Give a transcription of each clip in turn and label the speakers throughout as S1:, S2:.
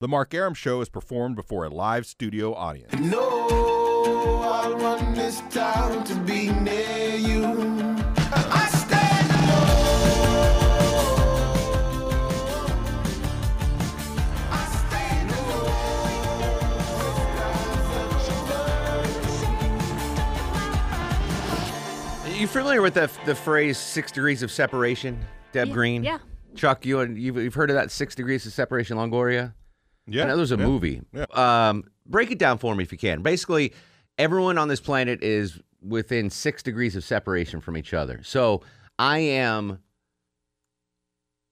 S1: The Mark Aram Show is performed before a live studio audience.
S2: No, I want this town to be near you. I stand alone. I stand
S3: You familiar with the the phrase six degrees of separation, Deb
S4: Ye-
S3: Green?
S4: yeah.
S3: Chuck, you and you've, you've heard of that six degrees of separation, Longoria?
S1: Yeah,
S3: I know there's a
S1: yeah.
S3: movie.
S1: yeah.
S3: Um, break it down for me if you can. Basically, everyone on this planet is within six degrees of separation from each other. So I am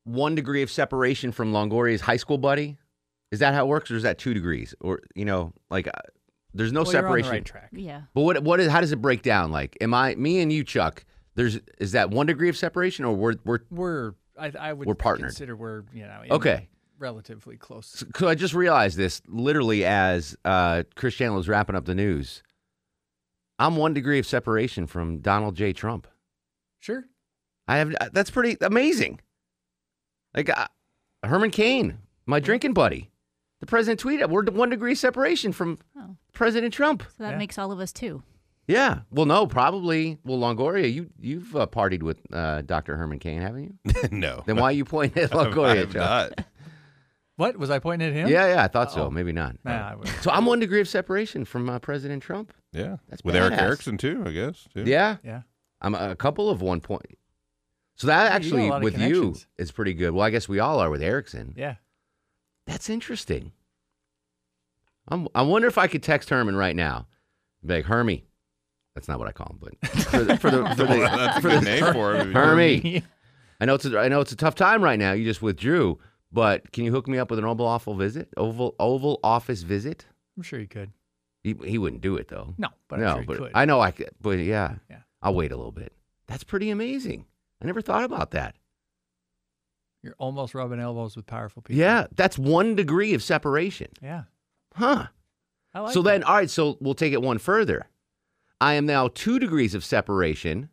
S3: one degree of separation from Longoria's high school buddy. Is that how it works, or is that two degrees? Or you know, like uh, there's no
S5: Well, you're on the
S3: separation.
S5: right track.
S4: Yeah.
S3: But what what is how does it break down? Like, am I me and you, Chuck? There's is that one degree of separation, or we're we're
S5: We're I, I would
S3: We're partnered.
S5: consider we're you know in
S3: Okay.
S5: relatively close.
S3: So I just realized this literally as uh, Chris Chandler was wrapping up the news. I'm one degree of separation from Donald J. Trump.
S5: Sure.
S3: I have uh, that's pretty amazing. Like uh, Herman Cain, my drinking buddy, the president tweeted, "We're one degree separation from
S4: Oh.
S3: President Trump."
S4: So that
S5: Yeah.
S4: makes all of us two.
S3: Yeah. Well, no, probably. Well, Longoria, you you've uh, partied with uh, Dr. Herman Cain, haven't you?
S1: no.
S3: Then why are you pointing at
S1: I've-
S3: Longoria?
S1: I've
S3: Joe?
S1: not.
S5: What was I pointing at him?
S3: Yeah, yeah, I thought so.
S5: Uh-oh.
S3: Maybe not. Uh,
S5: Nah, I would.
S3: So I'm one degree of separation from uh, President Trump.
S1: Yeah,
S3: That's
S1: with Eric
S3: badass.
S1: Erickson too, I guess. too.
S3: Yeah,
S5: Yeah.
S3: I'm a couple of one point. So that
S5: Yeah, you got a
S3: actually
S5: lot of
S3: with you
S5: connections.
S3: is pretty good. Well, I guess we all are with Erickson.
S5: Yeah.
S3: That's interesting. I'm, I wonder if I could text Herman right now. Be like, Hermy. That's not what I call him, but for the, for the, for
S1: Well,
S3: the
S1: that's a good name for him.
S3: Hermy. I know it's a, I know it's a tough time right now. You just withdrew, but can you hook me up with an Oval Office visit? Oval Oval Office visit?
S5: I'm sure you could.
S3: He, he wouldn't do it though.
S5: No, but
S3: no,
S5: I'm sure you
S3: but
S5: could.
S3: I know I could. But yeah,
S5: Yeah.
S3: I'll wait a little bit. That's pretty amazing. I never thought about that.
S5: You're almost rubbing elbows with powerful people.
S3: Yeah, that's one degree of separation,
S5: Yeah.
S3: huh?
S5: I like
S3: so
S5: that.
S3: then, all right. So we'll take it one further. I am now two degrees of separation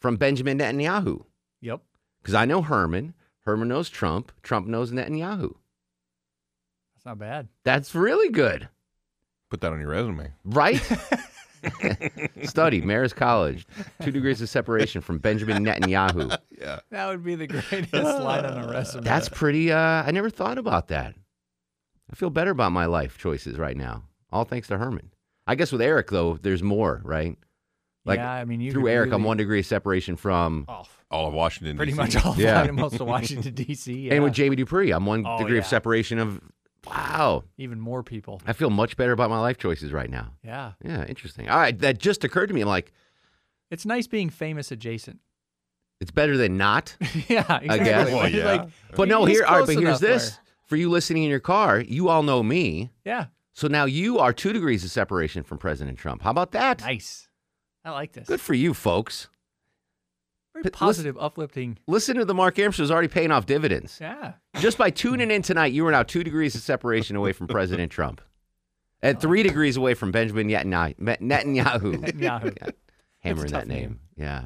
S3: from Benjamin Netanyahu.
S5: Yep.
S3: Because I know Herman. Herman knows Trump. Trump knows Netanyahu.
S5: That's not bad.
S3: That's really good,
S1: Put that on your resume.
S3: right? Study, Marist College, two degrees of separation from Benjamin Netanyahu.
S1: Yeah.
S5: That would be the greatest line on a resume.
S3: That's pretty, uh, I never thought about that. I feel better about my life choices right now, all thanks to Herman. I guess with Eric, though, there's more, right? Like,
S5: yeah, I mean, you
S3: Through
S5: could
S3: Eric, I'm
S5: really-
S3: one degree of separation from,
S5: Oh,
S1: All of Washington.
S5: pretty
S1: DC.
S5: much all
S3: Yeah.
S5: yeah. most of Washington D.C. Yeah.
S3: and with Jamie Dupree, I'm one
S5: Oh,
S3: degree of
S5: yeah.
S3: separation of, wow,
S5: even more people.
S3: I feel much better about my life choices right now.
S5: Yeah,
S3: Yeah, interesting. All right, that just occurred to me. I'm like,
S5: it's nice being famous adjacent.
S3: it's better than not.
S5: yeah, exactly.
S3: guess.
S1: Well,
S5: Like,
S1: yeah.
S5: like,
S3: But no,
S5: you're just
S3: here, all right,
S5: close
S3: but here's
S5: enough
S3: this.
S5: where-
S3: For you listening in your car, you all know me.
S5: Yeah,
S3: So now you are two degrees of separation from President Trump. How about that?
S5: nice. I like this.
S3: Good for you, folks.
S5: Very
S3: But listen-
S5: positive, uplifting.
S3: Listen to the Mark Aram show is already paying off dividends.
S5: Yeah,
S3: Just by tuning in tonight, you are now two degrees of separation away from President Trump and three degrees away from Benjamin Netanyahu. Netanyahu.
S5: Yahoo.
S3: Yeah. Hammering
S5: tough
S3: that name.
S5: name.
S3: Yeah.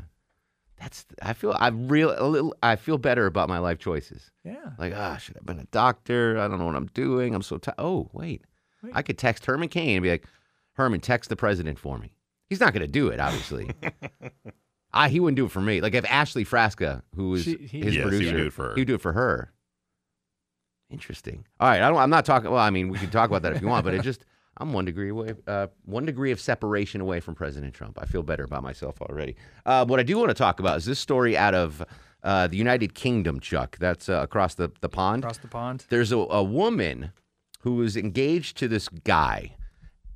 S3: That's, I feel, I real, a little, I feel better about my life choices.
S5: Yeah,
S3: Like, ah, should I have been a doctor? I don't know what I'm doing. I'm so tired. Oh, wait.
S5: Wait.
S3: I could text Herman Cain and be like, Herman, text the president for me. He's not going to do it, obviously. I, he wouldn't do it for me. Like if Ashley Frasca, who is
S5: She- he-
S1: Yes,
S3: his
S1: he would
S3: producer,
S1: do it for her.
S3: He would do it for her. Interesting. All right, I don't, I'm not talking. Well, I mean, we can talk about that if you want, but it just I'm one degree away, uh, one degree of separation away from President Trump. I feel better about myself already. Uh, what I do want to talk about is this story out of uh, the United Kingdom, Chuck. That's uh, across the the pond
S5: across the pond.
S3: there's a, a woman who was engaged to this guy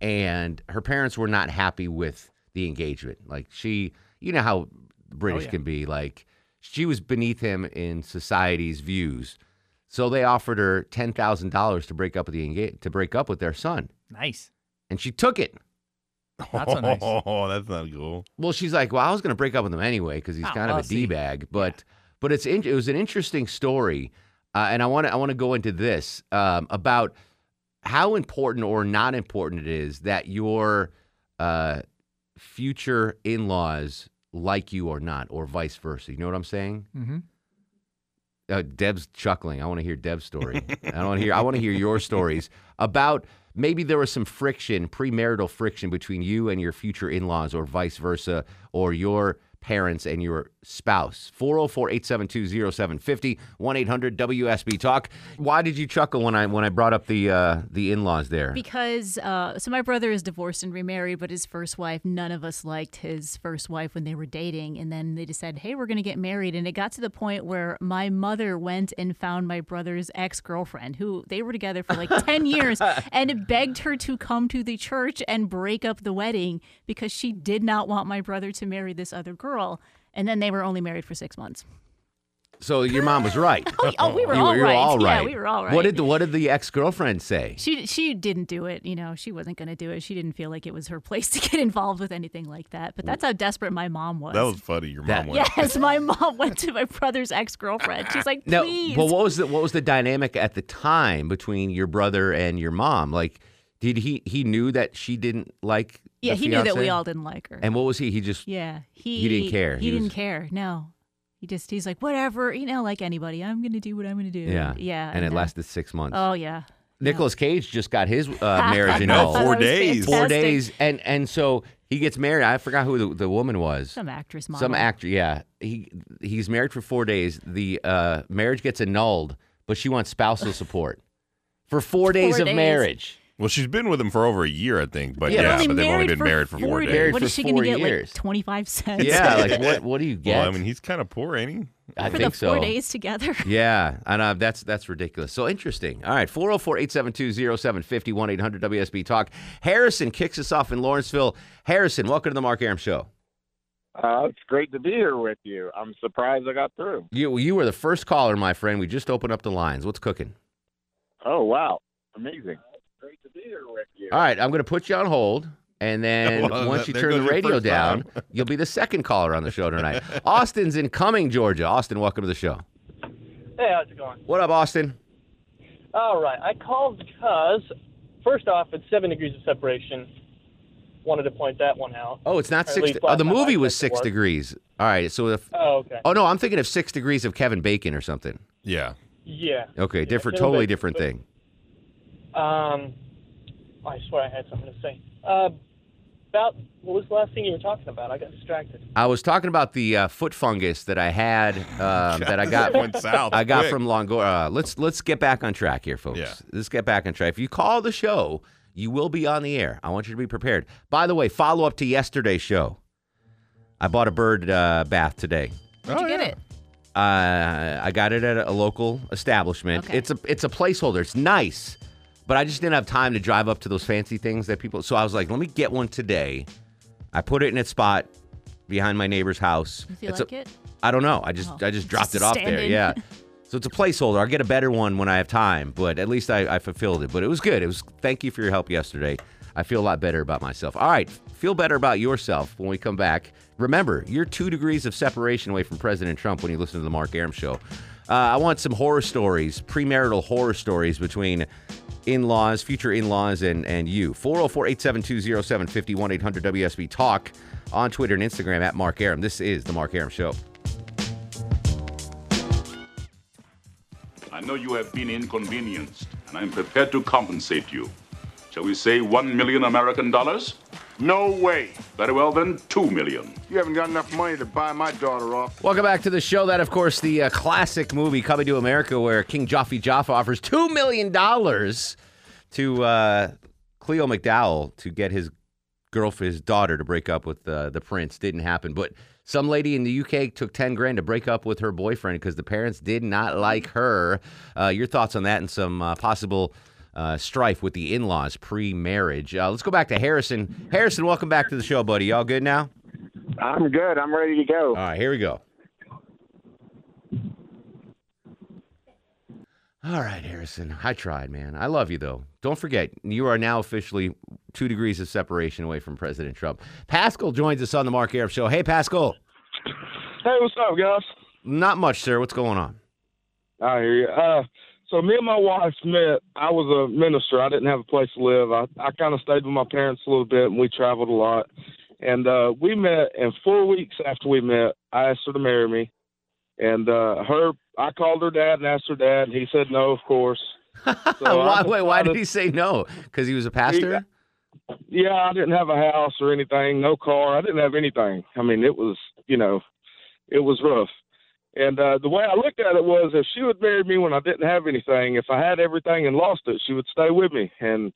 S3: and her parents were not happy with the engagement like she you know how british
S5: yeah.
S3: can be like she was beneath him in society's views so they offered her $10,000 to break up with the enga- to break up with their son
S5: Nice.
S3: and she took it
S5: Not so nice.
S1: Oh, that's not cool.
S3: well she's like well I was going to break up with him anyway cuz he's
S5: Oh,
S3: kind of
S5: well,
S3: a
S5: see.
S3: d-bag but but it's in, it was an interesting story uh, and I want to I want to go into this um, about how important or not important it is that your uh, future in laws like you or not, or vice versa. You know what I'm saying?
S5: Mm-hmm.
S3: Uh, Deb's chuckling. I want to hear Deb's story. I want to hear. I want to hear your stories about maybe there was some friction, premarital friction between you and your future in-laws, or vice versa, or your parents and your spouse. 404-872-0750, 1-800-WSB Talk. Why did you chuckle when I when I brought up the uh, the in-laws there?
S4: Because uh, so my brother is divorced and remarried, but his first wife, none of us liked his first wife when they were dating, and then they decided, hey, we're going to get married, and it got to the point where my mother went and found my brother's ex girlfriend, who they were together for like ten years, and begged her to come to the church and break up the wedding because she did not want my brother to marry this other girl. And then they were only married for six months.
S3: so your mom was right.
S4: Oh, y- oh, we were
S3: you,
S4: all
S3: you were
S4: right.
S3: all right.
S4: Yeah, we were all right.
S3: What did the, what did the ex-girlfriend say?
S4: She she didn't do it. You know, she wasn't going to do it. She didn't feel like it was her place to get involved with anything like that. But that's how desperate my mom was.
S1: That was funny. Your
S3: That-
S1: mom went.
S4: yes, my mom went to my brother's ex girlfriend. She's like,
S3: No,
S4: please.
S3: but what was the what was the dynamic at the time between your brother and your mom? Like, did he he knew that she didn't like? the
S4: yeah, he knew that we
S3: fiancé?
S4: all didn't like her.
S3: And what was he? He just
S4: yeah, he
S3: He didn't care.
S4: He,
S3: He was-
S4: didn't care. No, he just he's like whatever. You know, like anybody, I'm going to do what I'm going to do.
S3: yeah
S4: yeah.
S3: and it
S4: then-
S3: lasted six months.
S4: Oh yeah.
S3: Nicholas Cage just got his uh, marriage
S1: know,
S4: I
S1: four
S4: thought
S3: involved.
S4: that was
S1: days.
S3: Four
S4: fantastic.
S3: days, and and so he gets married. I forgot who the, the woman was.
S4: Some actress, model.
S3: Some actor, yeah. He he's married for four days. The uh, marriage gets annulled, but she wants spousal support for four days of
S4: days.
S3: marriage.
S1: Well, she's been with him for over a year, I think. But
S3: Yeah,
S1: yeah,
S3: but
S4: only
S1: but they've only
S4: married
S1: been
S4: for
S1: married for four
S4: 40.
S1: days.
S3: Married
S4: What
S3: for
S4: is she going
S3: four
S4: to get?
S3: years.
S4: Like twenty five cents.
S3: Yeah, like what what do you get?
S1: Well, I mean, he's kind of poor, ain't he?
S3: I
S4: for
S3: think
S4: the
S3: so.
S4: four days together.
S3: Yeah, and uh, that's that's ridiculous. So interesting. All right, 404-872-0750, 1-800-WSB-TALK. Harrison kicks us off in Lawrenceville. Harrison, welcome to the Mark Aram Show.
S6: Uh, it's great to be here with you. I'm surprised I got through.
S3: You you were the first caller, my friend. We just opened up the lines. What's cooking?
S6: Oh wow, amazing! Great to be here with you.
S3: All right, I'm going to put you on hold. And then
S1: Well,
S3: once
S1: that-
S3: you
S1: there
S3: turn the
S1: goes your
S3: radio
S1: first
S3: down,
S1: time.
S3: you'll be the second caller on the show tonight. Austin's in Cumming, Georgia. Austin, welcome to the show.
S7: Hey, how's it going?
S3: What up, Austin?
S7: All right, I called because, first off, it's seven degrees of separation. Wanted to point that one out.
S3: Oh, it's not
S7: Or at
S3: six.
S7: least
S3: oh, the
S7: last time I
S3: movie was
S7: checked it
S3: six
S7: was.
S3: degrees. All right, so if
S7: Oh, okay.
S3: oh no, I'm thinking of six degrees of Kevin Bacon or something.
S1: Yeah.
S7: Yeah.
S3: Okay,
S7: Yeah,
S3: different,
S7: little
S3: totally
S7: bit,
S3: different
S7: but-
S3: thing.
S7: Um, I swear I had something to say. Uh, about what was the last thing you were talking about? I got distracted.
S3: I was talking about the uh, foot fungus that I had um, that I got
S1: went south.
S3: I got
S1: quick.
S3: from Longoria. Uh, let's let's get back on track here, folks.
S1: Yeah.
S3: Let's get back on track. If you call the show, you will be on the air. I want you to be prepared. By the way, follow up to yesterday's show. I bought a bird uh, bath today.
S1: Oh,
S4: Did you get it?
S3: Uh, I got it at a local establishment.
S4: Okay.
S3: It's a it's a placeholder. It's nice, but I just didn't have time to drive up to those fancy things that people. So I was like, let me get one today. I put it in its spot behind my neighbor's house.
S4: Does he
S3: It's
S4: like
S3: a-
S4: it?
S3: I don't know. I just
S4: Oh,
S3: I just
S4: it's
S3: dropped
S4: just
S3: it off there.
S4: standing.
S3: Yeah. So it's a placeholder. I'll get a better one when I have time, but at least I, I fulfilled it. But it was good. It was thank you for your help yesterday. I feel a lot better about myself. All right. Feel better about yourself when we come back. Remember, you're two degrees of separation away from President Trump when you listen to the Mark Aram show. Uh, I want some horror stories, premarital horror stories between in-laws, future in-laws, and and you. 404-872-0750 1-800-WSB Talk on Twitter and Instagram at Mark Aram. This is the Mark Aram Show.
S8: I know you have been inconvenienced, and I'm prepared to compensate you. Shall we say one million American dollars?
S6: No way.
S8: Very well, then, two million.
S6: You haven't got enough money to buy my daughter off.
S3: Welcome back to the show. That, of course, the uh, classic movie Coming to America, where King Joffy Jaffa offers two million dollars to uh, Cleo McDowell to get his girlfriend, his daughter, to break up with uh, the prince. Didn't happen, but some lady in the UK took ten grand to break up with her boyfriend because the parents did not like her. Uh, your thoughts on that and some uh, possible uh, strife with the in-laws pre-marriage? Uh, let's go back to Harrison. Harrison, welcome back to the show, buddy. Y'all good now?
S6: I'm good. I'm ready to go.
S3: All right, here we go. All right, Harrison. I tried, man. I love you, though. Don't forget, you are now officially two degrees of separation away from President Trump. Pascal joins us on the Mark Arab Show. Hey, Pascal.
S9: Hey, what's up, guys?
S3: Not much, sir. What's going on?
S9: I hear you. Uh, so me and my wife met. I was a minister. I didn't have a place to live. I, I kind of stayed with my parents a little bit, and we traveled a lot. And uh, we met, and four weeks after we met, I asked her to marry me. And uh, her
S10: I called her dad and asked her dad, and he said no, of course. So
S3: why,
S10: I
S3: wait, why did
S10: decided-
S3: he say no? Because he was a pastor?
S10: Yeah, I didn't have a house or anything, no car. I didn't have anything. I mean, it was, you know, it was rough. And uh, the way I looked at it was if she would marry me when I didn't have anything, if I had everything and lost it, she would stay with me. And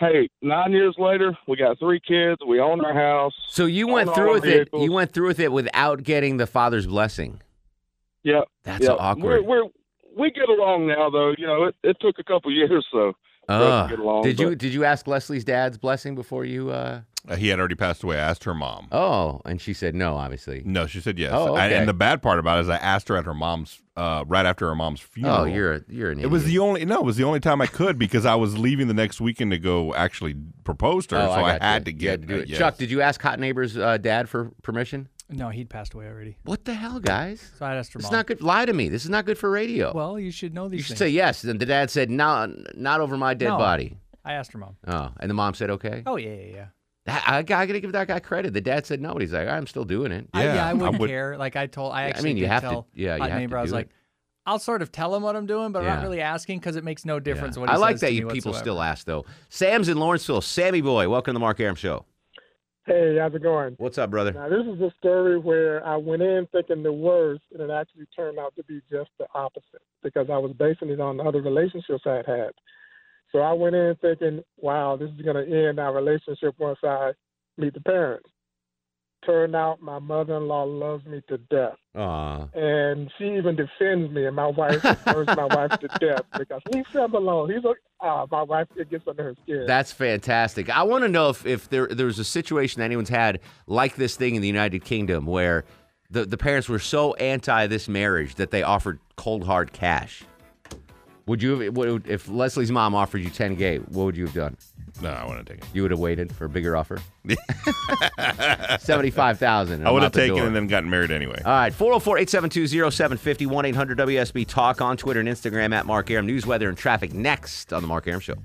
S10: hey, nine years later, we got three kids, we own our house.
S3: So you went
S10: Own all
S3: through
S10: our
S3: with it.
S10: vehicles.
S3: You went through with it without getting the father's blessing.
S10: Yep.
S3: That's
S10: yep. We're,
S3: awkward.
S10: we're we get along now though. You know, it, it took a couple years so for us
S3: Ugh.
S10: to get
S9: Oh,
S10: along.
S3: did you
S10: but-
S3: did you ask Leslie's dad's blessing before you? Uh...
S1: Uh, he had already passed away. I asked her mom.
S3: Oh, and she said no. Obviously.
S1: No, she said yes.
S3: Oh,
S1: I-
S3: okay.
S1: and the bad part about it is I asked her at her mom's, uh, right after her mom's funeral.
S3: Oh, you're a, you're an.
S1: It was the
S3: idiot.
S1: only no. It was the only time I could because I was leaving the next weekend to go actually propose to her,
S3: Oh,
S1: so I,
S3: got
S1: had
S3: you.
S1: to
S3: You
S1: get
S3: had do
S1: a
S3: it.
S1: yes.
S3: Chuck, did you ask Hot Neighbor's uh, dad for permission?
S5: No, he'd passed away already.
S3: What the hell, guys?
S5: So I asked her
S3: It's
S5: mom.
S3: not good. Lie to me. This is not good for radio.
S5: Well, you should know these
S3: you should say
S5: things.
S3: yes. And the dad said, "No, not over my dead
S5: No.
S3: body."
S5: I asked her mom.
S3: Oh, and the mom said, "Okay."
S5: Oh yeah, yeah, yeah.
S3: That- I, I gotta give that guy credit. The dad said no, but he's like, "I'm still doing it."
S5: I,
S1: Yeah,
S5: yeah, I
S1: I
S5: wouldn't
S1: would-
S5: care. Like I told, I
S3: Yeah, I
S5: actually
S3: mean, you
S5: did
S3: have to-
S5: tell
S3: yeah,
S5: my
S3: you have
S5: neighbor,
S3: to
S5: I was
S3: do
S5: like, I'll sort of tell him what I'm doing, but I'm
S3: Yeah.
S5: not really asking because it makes no difference
S3: Yeah.
S5: what he
S3: I like
S5: says
S3: that
S5: to
S3: you
S5: me
S3: people
S5: whatsoever.
S3: still ask though. Sam's in Lawrenceville. Sammy boy, welcome to the Mark Aram Show.
S11: Hey, how's it going?
S3: What's up, brother?
S11: Now, this is a story where I went in thinking the worst, and it actually turned out to be just the opposite because I was basing it on other relationships I had had. So I went in thinking, wow, this is going to end our relationship once I meet the parents. Turned out my mother in law loves me to death,
S3: Aw.
S11: and she even defends me, and my wife defends my wife to death because leave him alone. He's a, ah, my wife, it gets under her skin.
S3: That's fantastic. I want to know if, if there there's a situation that anyone's had like this thing in the United Kingdom where the, the parents were so anti this marriage that they offered cold hard cash. Would you have, would, if Leslie's mom offered you 10K, what would you have done?
S1: No, I want to take it.
S3: You would have waited for a bigger offer? 75,000. and
S1: I
S3: I'm
S1: would
S3: out
S1: have
S3: the
S1: taken
S3: door.
S1: and then gotten married anyway.
S3: All right, 404 872 0750 800 WSB Talk on Twitter and Instagram at Mark Aram. News, weather, and traffic next on The Mark Aram Show.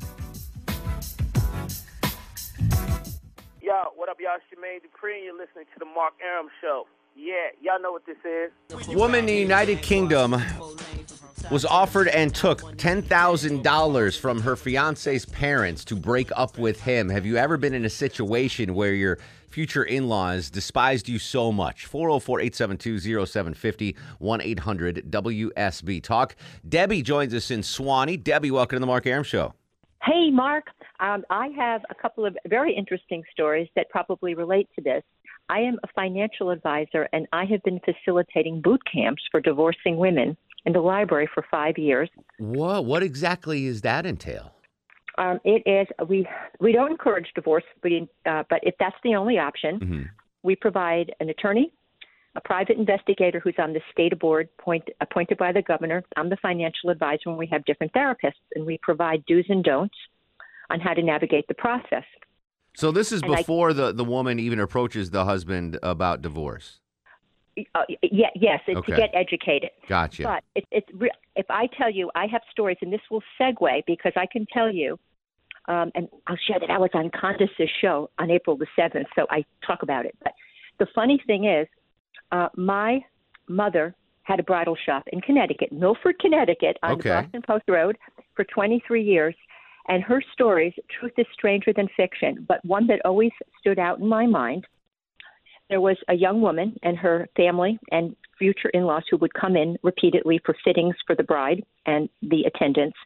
S12: Yo, what up, y'all? It's Jermaine Dupree, and you're listening to the Mark Aram Show. Yeah, y'all know what this is.
S3: Woman in the United Kingdom was offered and took $10,000 from her fiance's parents to break up with him. Have you ever been in a situation where your future in laws despised you so much? 404 872 0750 1 800 WSB Talk. Debbie joins us in Swanee. Debbie, welcome to The Mark Aram Show.
S13: Hey, Mark. Um, I have a couple of very interesting stories that probably relate to this. I am a financial advisor, and I have been facilitating boot camps for divorcing women in the library for five years.
S3: Whoa, what exactly does that entail?
S13: Um, it is we we don't encourage divorce, we, uh, but if that's the only option, we provide an attorney, a private investigator who's on the state board point, appointed by the governor. I'm the financial advisor, and we have different therapists, and we provide do's and don'ts on how to navigate the process.
S3: So this is
S13: And I-
S3: before the, the woman even approaches the husband about divorce.
S13: Uh, yeah, yes, it's
S3: Okay.
S13: to get educated.
S3: Gotcha.
S13: But it, it's re- if I tell you, I have stories, and this will segue because I can tell you, um, and I'll share that I was on Condice's show on April the seventh, so I talk about it. But the funny thing is, uh, my mother had a bridal shop in Connecticut, Milford, Connecticut, on
S3: Okay.
S13: the Boston Post Road for 23 years. And her stories, truth is stranger than fiction, but one that always stood out in my mind there was a young woman and her family and future in laws who would come in repeatedly for fittings for the bride and the attendants.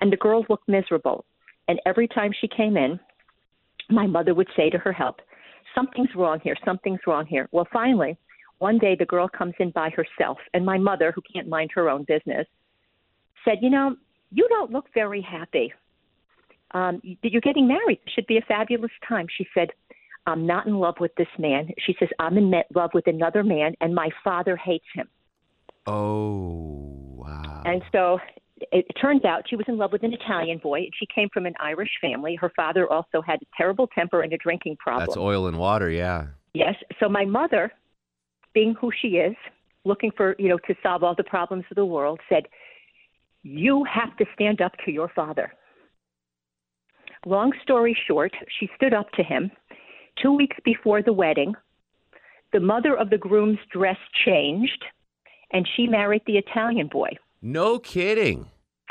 S13: And the girl looked miserable. And every time she came in, my mother would say to her help, Something's wrong here, something's wrong here. Well, finally, one day the girl comes in by herself, and my mother, who can't mind her own business, said, You know, you don't look very happy. Um, you- you're getting married. It should be a fabulous time. She said, I'm not in love with this man. She says, I'm in ma- love with another man, and my father hates him.
S3: oh wow.
S13: And so it, it turns out she was in love with an Italian boy. and She came from an Irish family. Her father also had a terrible temper and a drinking problem.
S3: That's oil and water, yeah.
S13: Yes. So my mother, being who she is, looking for, you know, to solve all the problems of the world, said, You have to stand up to your father. Long story short, she stood up to him. Two weeks before the wedding, the mother of the groom's dress changed, and she married the Italian boy.
S3: No kidding.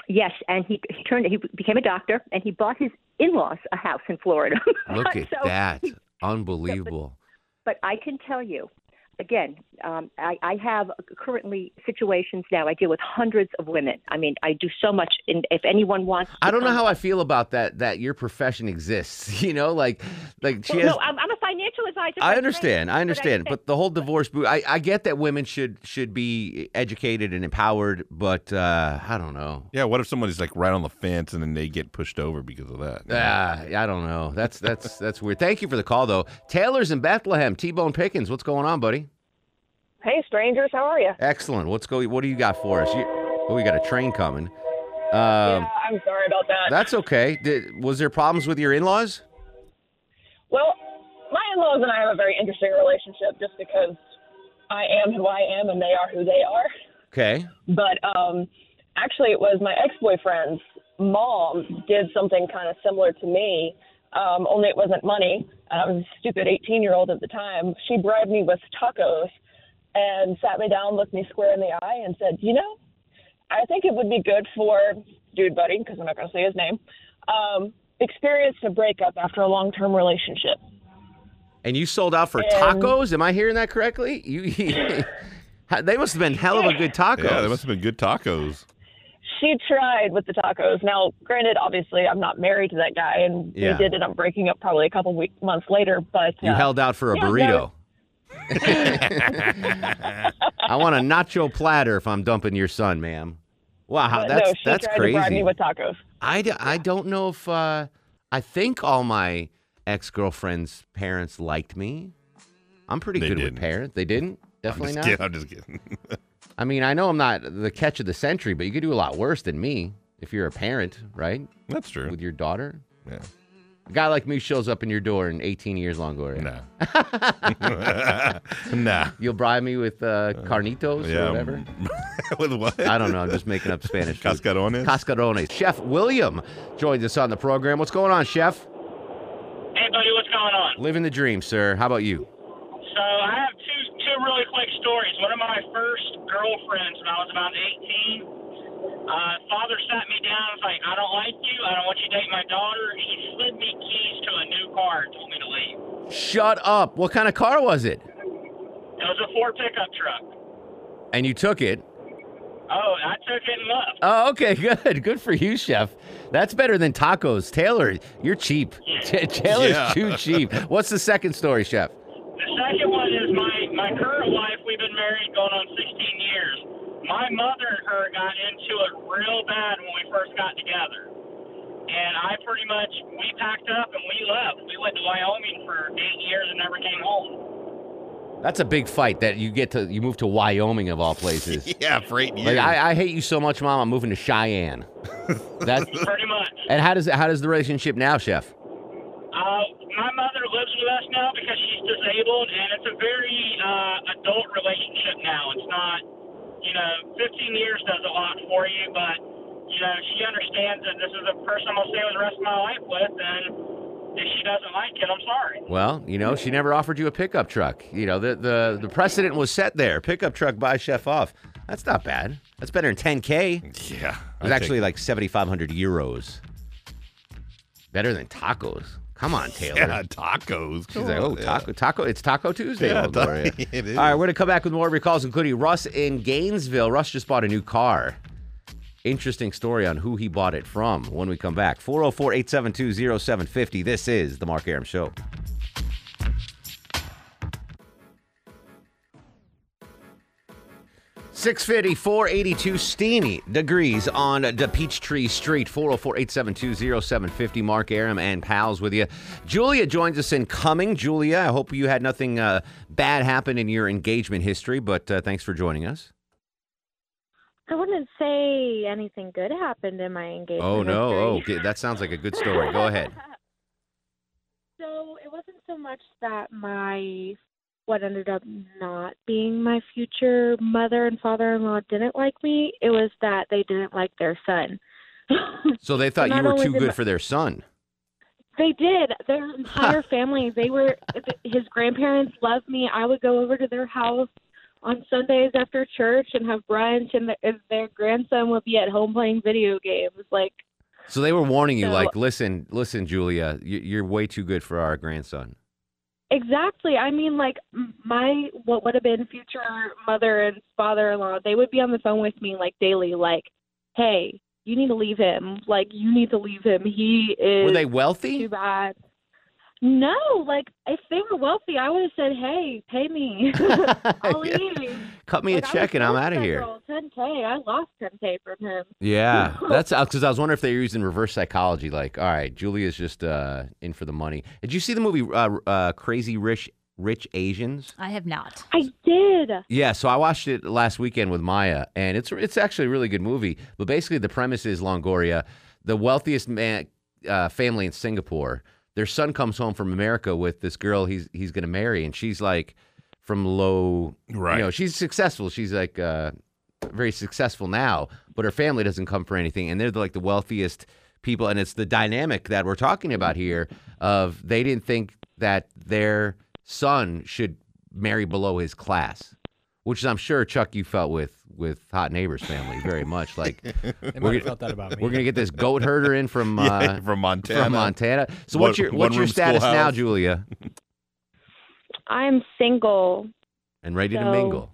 S13: Yes, and he, he turned he became a doctor, and he bought his in-laws a house in Florida.
S3: Look at
S13: So-
S3: that. Unbelievable.
S13: But I can tell you, again, um, I, I have currently situations now. I deal with hundreds of women. I mean, I do so much. And if anyone wants,
S3: I don't know how I feel about that that your profession exists, you know, like like she
S13: Well,
S3: has
S13: no, I'm, I'm a financial advisor.
S3: I
S13: by
S3: understand.
S13: trade,
S3: I understand. But the whole divorce boo I, I get that women should should be educated and empowered, but uh, I don't know.
S1: Yeah, what if somebody's like right on the fence and then they get pushed over because of that?
S3: Ah, I don't know. That's that's that's weird. Thank you for the call though. Taylor's in Bethlehem. T Bone Pickens, what's going on, buddy?
S14: Hey, strangers, how are you?
S3: Excellent. What's go what do you got for us? You, oh, we got a train coming. Um,
S14: I'm sorry about that.
S3: That's okay. Did, was there problems with your in-laws?
S14: Well, my in-laws and I have a very interesting relationship just because I am who I am and they are who they are.
S3: Okay.
S14: But um, actually, it was my ex-boyfriend's mom did something kind of similar to me. Um, only it wasn't money. And I was a stupid 18-year-old at the time. She bribed me with tacos and sat me down, looked me square in the eye, and said, "You know, I think it would be good for dude buddy because I'm not going to say his name. Um, experience a breakup after a long-term relationship."
S3: And you sold out for
S14: Um,
S3: tacos? Am I hearing that correctly? You How- they must have been hell of a good tacos.
S1: Yeah, they must have been good tacos.
S14: she tried with the tacos. Now, granted, obviously, I'm not married to that guy, and
S3: Yeah.
S14: we did end up breaking up probably a couple week, months later. But
S3: You
S14: uh,
S3: held out for a
S14: yeah,
S3: burrito. I want a nacho platter if I'm dumping your son, ma'am.
S14: but
S3: Wow,
S14: no,
S3: that's
S14: she
S3: that's
S14: tried To bribe
S3: crazy.
S14: me with tacos.
S3: I, d- I don't know if uh, I think all my ex girlfriend's parents liked me. I'm pretty
S1: They
S3: good
S1: didn't.
S3: with parents. They didn't. Definitely
S1: I'm just
S3: not.
S1: Kidding, I'm just kidding.
S3: I mean, I know I'm not the catch of the century, but you could do a lot worse than me if you're a parent, right?
S1: That's true.
S3: With your daughter.
S1: Yeah.
S3: A guy like me shows up in your door in 18 years Longoria.
S1: No. nah.
S3: You'll bribe me with uh, carnitos
S1: yeah,
S3: or whatever.
S1: with what?
S3: I don't know. I'm just making up Spanish. food.
S1: Cascarones?
S3: Cascarones. Chef William joins us on the program. What's going on, Chef?
S15: Hey, buddy, what's going on?
S3: Living the dream, sir. How about you?
S15: So I have two two really quick stories. One of my first girlfriends when I was about 18, uh, father sat me down and was like, I don't like you. I don't want you to date my daughter. He slid me keys to a new car and told me to leave.
S3: Shut up. What kind of car was it?
S15: It was a Ford pickup truck.
S3: And you took it.
S15: Oh, I took it and left.
S3: Oh, okay, good. Good for you, Chef. That's better than tacos. Taylor, you're cheap. Ta- Taylor's
S15: Yeah.
S3: too cheap. What's the second story, Chef?
S15: The second one is my, my current wife. We've been married going on 16 years. My mother and her got into it real bad when we first got together. And I pretty much, we packed up and we left. We went to Wyoming for eight years and never came home.
S3: That's a big fight that you get to you move to Wyoming of all places.
S1: yeah, for eight
S3: Like I, I hate you so much, Mom. I'm moving to Cheyenne. That's
S15: Pretty much.
S3: And how does how does the relationship now, Chef?
S15: Uh, my mother lives with us now because she's disabled, and it's a very uh, adult relationship now. It's not, you know, 15 years does a lot for you, but, you know, she understands that this is a person I'm going to stay with the rest of my life with, and if she doesn't like it, I'm sorry.
S3: Well, you know, she never offered you a pickup truck. You know, the the, the precedent was set there. Pickup truck by Chef Off. That's not bad. That's better than 10K.
S1: Yeah.
S3: It
S1: I
S3: was
S1: think-
S3: actually like 7,500 euros. Better than tacos. Come on, Taylor.
S1: Yeah, tacos.
S3: She's
S1: Come
S3: like,
S1: on,
S3: oh, taco, taco. It's Taco Tuesday.
S1: Yeah,
S3: Lord
S1: ta-
S3: Gloria.
S1: it is.
S3: All right, we're going to come back with more of your calls, including Russ in Gainesville. Russ just bought a new car. Interesting story on who he bought it from when we come back. 404 872 0750. This is The Mark Aram Show. Six fifty four eighty two steamy degrees on the Peachtree Street, 404-872-0750. Mark Aram and pals with you. Julia joins us in coming. Julia, I hope you had nothing uh, bad happen in your engagement history, but uh, thanks for joining us.
S16: I wouldn't say anything good happened in my engagement.
S3: Oh, no. Oh,
S16: history.
S3: okay. that sounds like a good story. Go ahead.
S16: So it wasn't so much that my what ended up not being my future mother and father-in-law didn't like me. It was that they didn't like their son.
S3: So they thought
S16: Not
S3: you were
S16: only
S3: too
S16: did
S3: good
S16: my-
S3: for their son.
S16: They did. Their entire family. They were. His grandparents loved me. I would go over to their house on Sundays after church and have brunch, and, the, and their grandson will be at home playing video games. Like,
S3: So they were warning you,
S16: So-
S3: like, listen, listen, Julia, you- you're way too good for our grandson.
S16: Exactly. I mean, like m- my what would have been future mother and father-in-law, they would be on the phone with me like daily, like, "Hey, you need to leave him. Like, you need to leave him. He is."
S3: Were they wealthy?
S16: Too bad. No, like if they were wealthy, I would have said, "Hey, pay me. I'll leave."
S3: Cut me a check and I'm out of here.
S16: Ten k. I lost ten k from him.
S3: Yeah, that's because I was wondering if they were using reverse psychology. Like, all right, Julia's just uh, in for the money. Did you see the movie uh, uh, Crazy Rich Rich Asians?
S4: I have not.
S16: I did.
S3: Yeah, so I watched it last weekend with Maya, and it's it's actually a really good movie. But basically, the premise is Longoria, the wealthiest man uh, family in Singapore. Their son comes home from America with this girl he's he's going to marry, and she's like from low, right? You know, she's successful. She's like uh, very successful now, but her family doesn't come for anything, and they're like the wealthiest people, and it's the dynamic that we're talking about here. Of they didn't think that their son should marry below his class, which is, I'm sure, Chuck, you felt with with Hot Neighbors family very much. Like
S5: have
S3: we're gonna-
S5: felt that about me.
S3: We're gonna get this goat herder in from
S1: Yeah,
S3: uh,
S1: from Montana.
S3: From Montana. So
S1: One-
S3: what's your what's your
S1: one-room
S3: status now,
S1: schoolhouse.
S3: Julia?
S16: I'm single.
S3: And ready to
S16: So-
S3: mingle.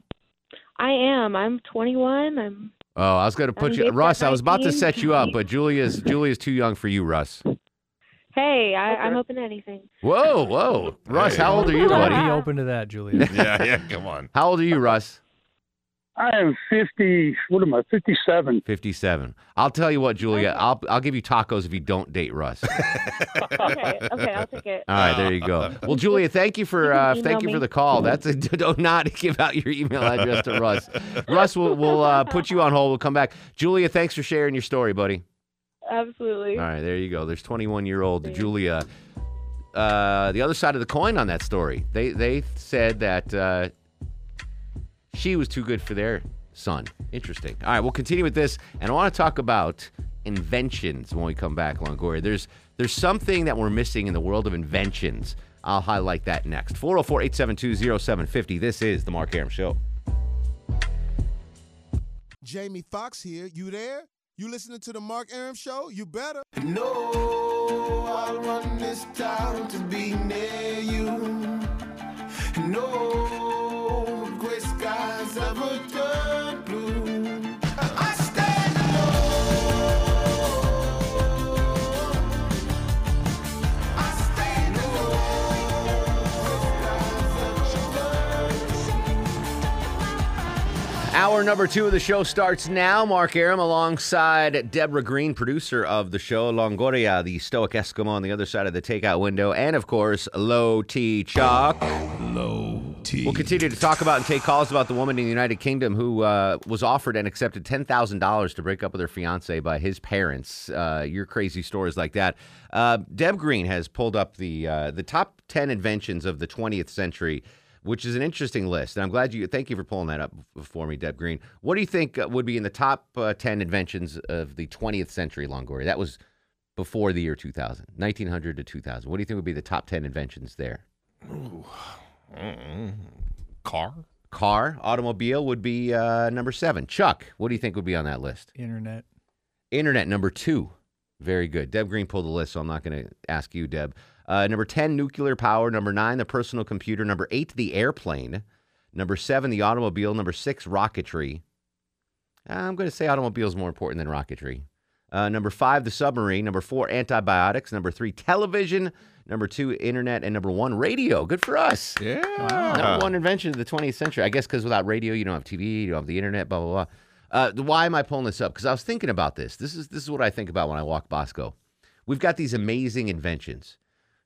S16: I am. I'm 21. I'm.
S3: Oh, I was gonna put
S16: I'm
S3: you,
S16: dating
S3: Russ. I was about to
S16: 19.
S3: set you up, but Julia's Julia's too young for you, Russ.
S16: Hey, I, I'm open to anything.
S3: Whoa, whoa, Russ, how old are you,
S5: Gotta
S3: buddy?
S5: Be open to that, Julia.
S1: yeah, yeah, come on.
S3: How old are you, Russ?
S17: I am 50. What am I? 57.
S3: 57. I'll tell you what, Julia. I'll I'll give you tacos if you don't date Russ.
S16: okay, okay, I'll take it.
S3: All right, there you go. Well, Julia, thank you for uh,
S16: email
S3: thank you
S16: me.
S3: for the call. That's a, do not give out your email address to Russ. Russ, we'll we'll uh, put you on hold. We'll come back. Julia, thanks for sharing your story, buddy.
S16: Absolutely.
S3: All right, there you go. There's 21 year old Julia. Uh, the other side of the coin on that story. They they said that uh, she was too good for their son. Interesting. All right, we'll continue with this, and I want to talk about inventions when we come back, Longoria. There's there's something that we're missing in the world of inventions. I'll highlight that next. 404-872-0750. This is the Mark Aram Show.
S18: Jamie Foxx here. You there? You listening to the Mark Aram Show? You better.
S2: No, I want this town to be near you. No gray skies ever turn blue. I stand alone. I stand
S3: Hour number two of the show starts now. Mark Aram alongside Deborah Green, producer of the show, Longoria, the stoic Eskimo on the other side of the takeout window, and of course, Low T Chuck. Low T. We'll continue to talk about and take calls about the woman in the United Kingdom who uh, was offered and accepted $10,000 to break up with her fiance by his parents. Uh, your crazy stories like that. Uh, Deb Green has pulled up the, uh, the top 10 inventions of the 20th century which is an interesting list. And I'm glad you thank you for pulling that up for me, Deb Green. What do you think uh, would be in the top uh, 10 inventions of the 20th century, Longoria? That was before the year 2000, 1900 to 2000. What do you think would be the top 10 inventions there?
S1: Mm. Mm-hmm. Car?
S3: Car, automobile would be uh, number seven. Chuck, what do you think would be on that list?
S5: Internet.
S3: Internet, number two. Very good. Deb Green pulled the list, so I'm not going to ask you, Deb. Uh, number 10, nuclear power. Number nine, the personal computer. Number eight, the airplane. Number seven, the automobile. Number six, rocketry. I'm going to say automobile is more important than rocketry. Uh, number five, the submarine. Number four, antibiotics. Number three, television. Number two, internet. And number one, radio. Good for us.
S1: Yeah.
S3: Number one invention of the 20th century. I guess because without radio, you don't have TV, you don't have the internet, blah, blah, blah. Uh, why am I pulling this up? Because I was thinking about this. This is this is what I think about when I walk Bosco. We've got these amazing inventions.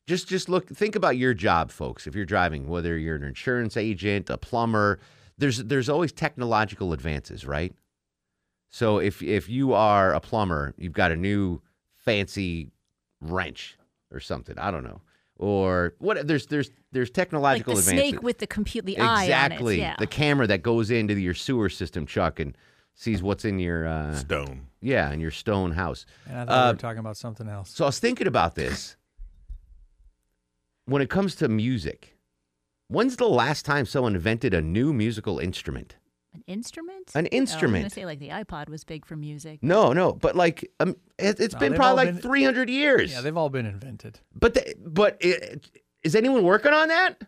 S3: Just just look think about your job, folks. If you're driving, whether you're an insurance agent, a plumber, there's there's always technological advances, right? So if if you are a plumber, you've got a new fancy wrench or something. I don't know. Or what there's there's there's
S4: Like
S3: technological
S4: the
S3: advances.
S4: snake with the complete the eye on it.
S3: exactly.
S4: Yeah.
S3: The camera that goes into your sewer system, Chuck, and sees what's in your uh,
S1: stone.
S3: Yeah, in your stone house.
S5: And I thought we
S3: Uh,
S5: were talking about something else.
S3: so I was thinking about this. When it comes to music, When's the last time someone invented a new musical instrument?
S4: An instrument?
S3: An
S4: I was gonna
S3: instrument.
S4: say like the iPod was big for music.
S3: No, no, but like um, it, has
S4: No,
S3: been
S4: they've
S3: probably
S4: all
S3: like
S4: been-
S3: 300 years.
S5: Yeah, they've all been invented.
S3: But they, but it, is anyone working on that?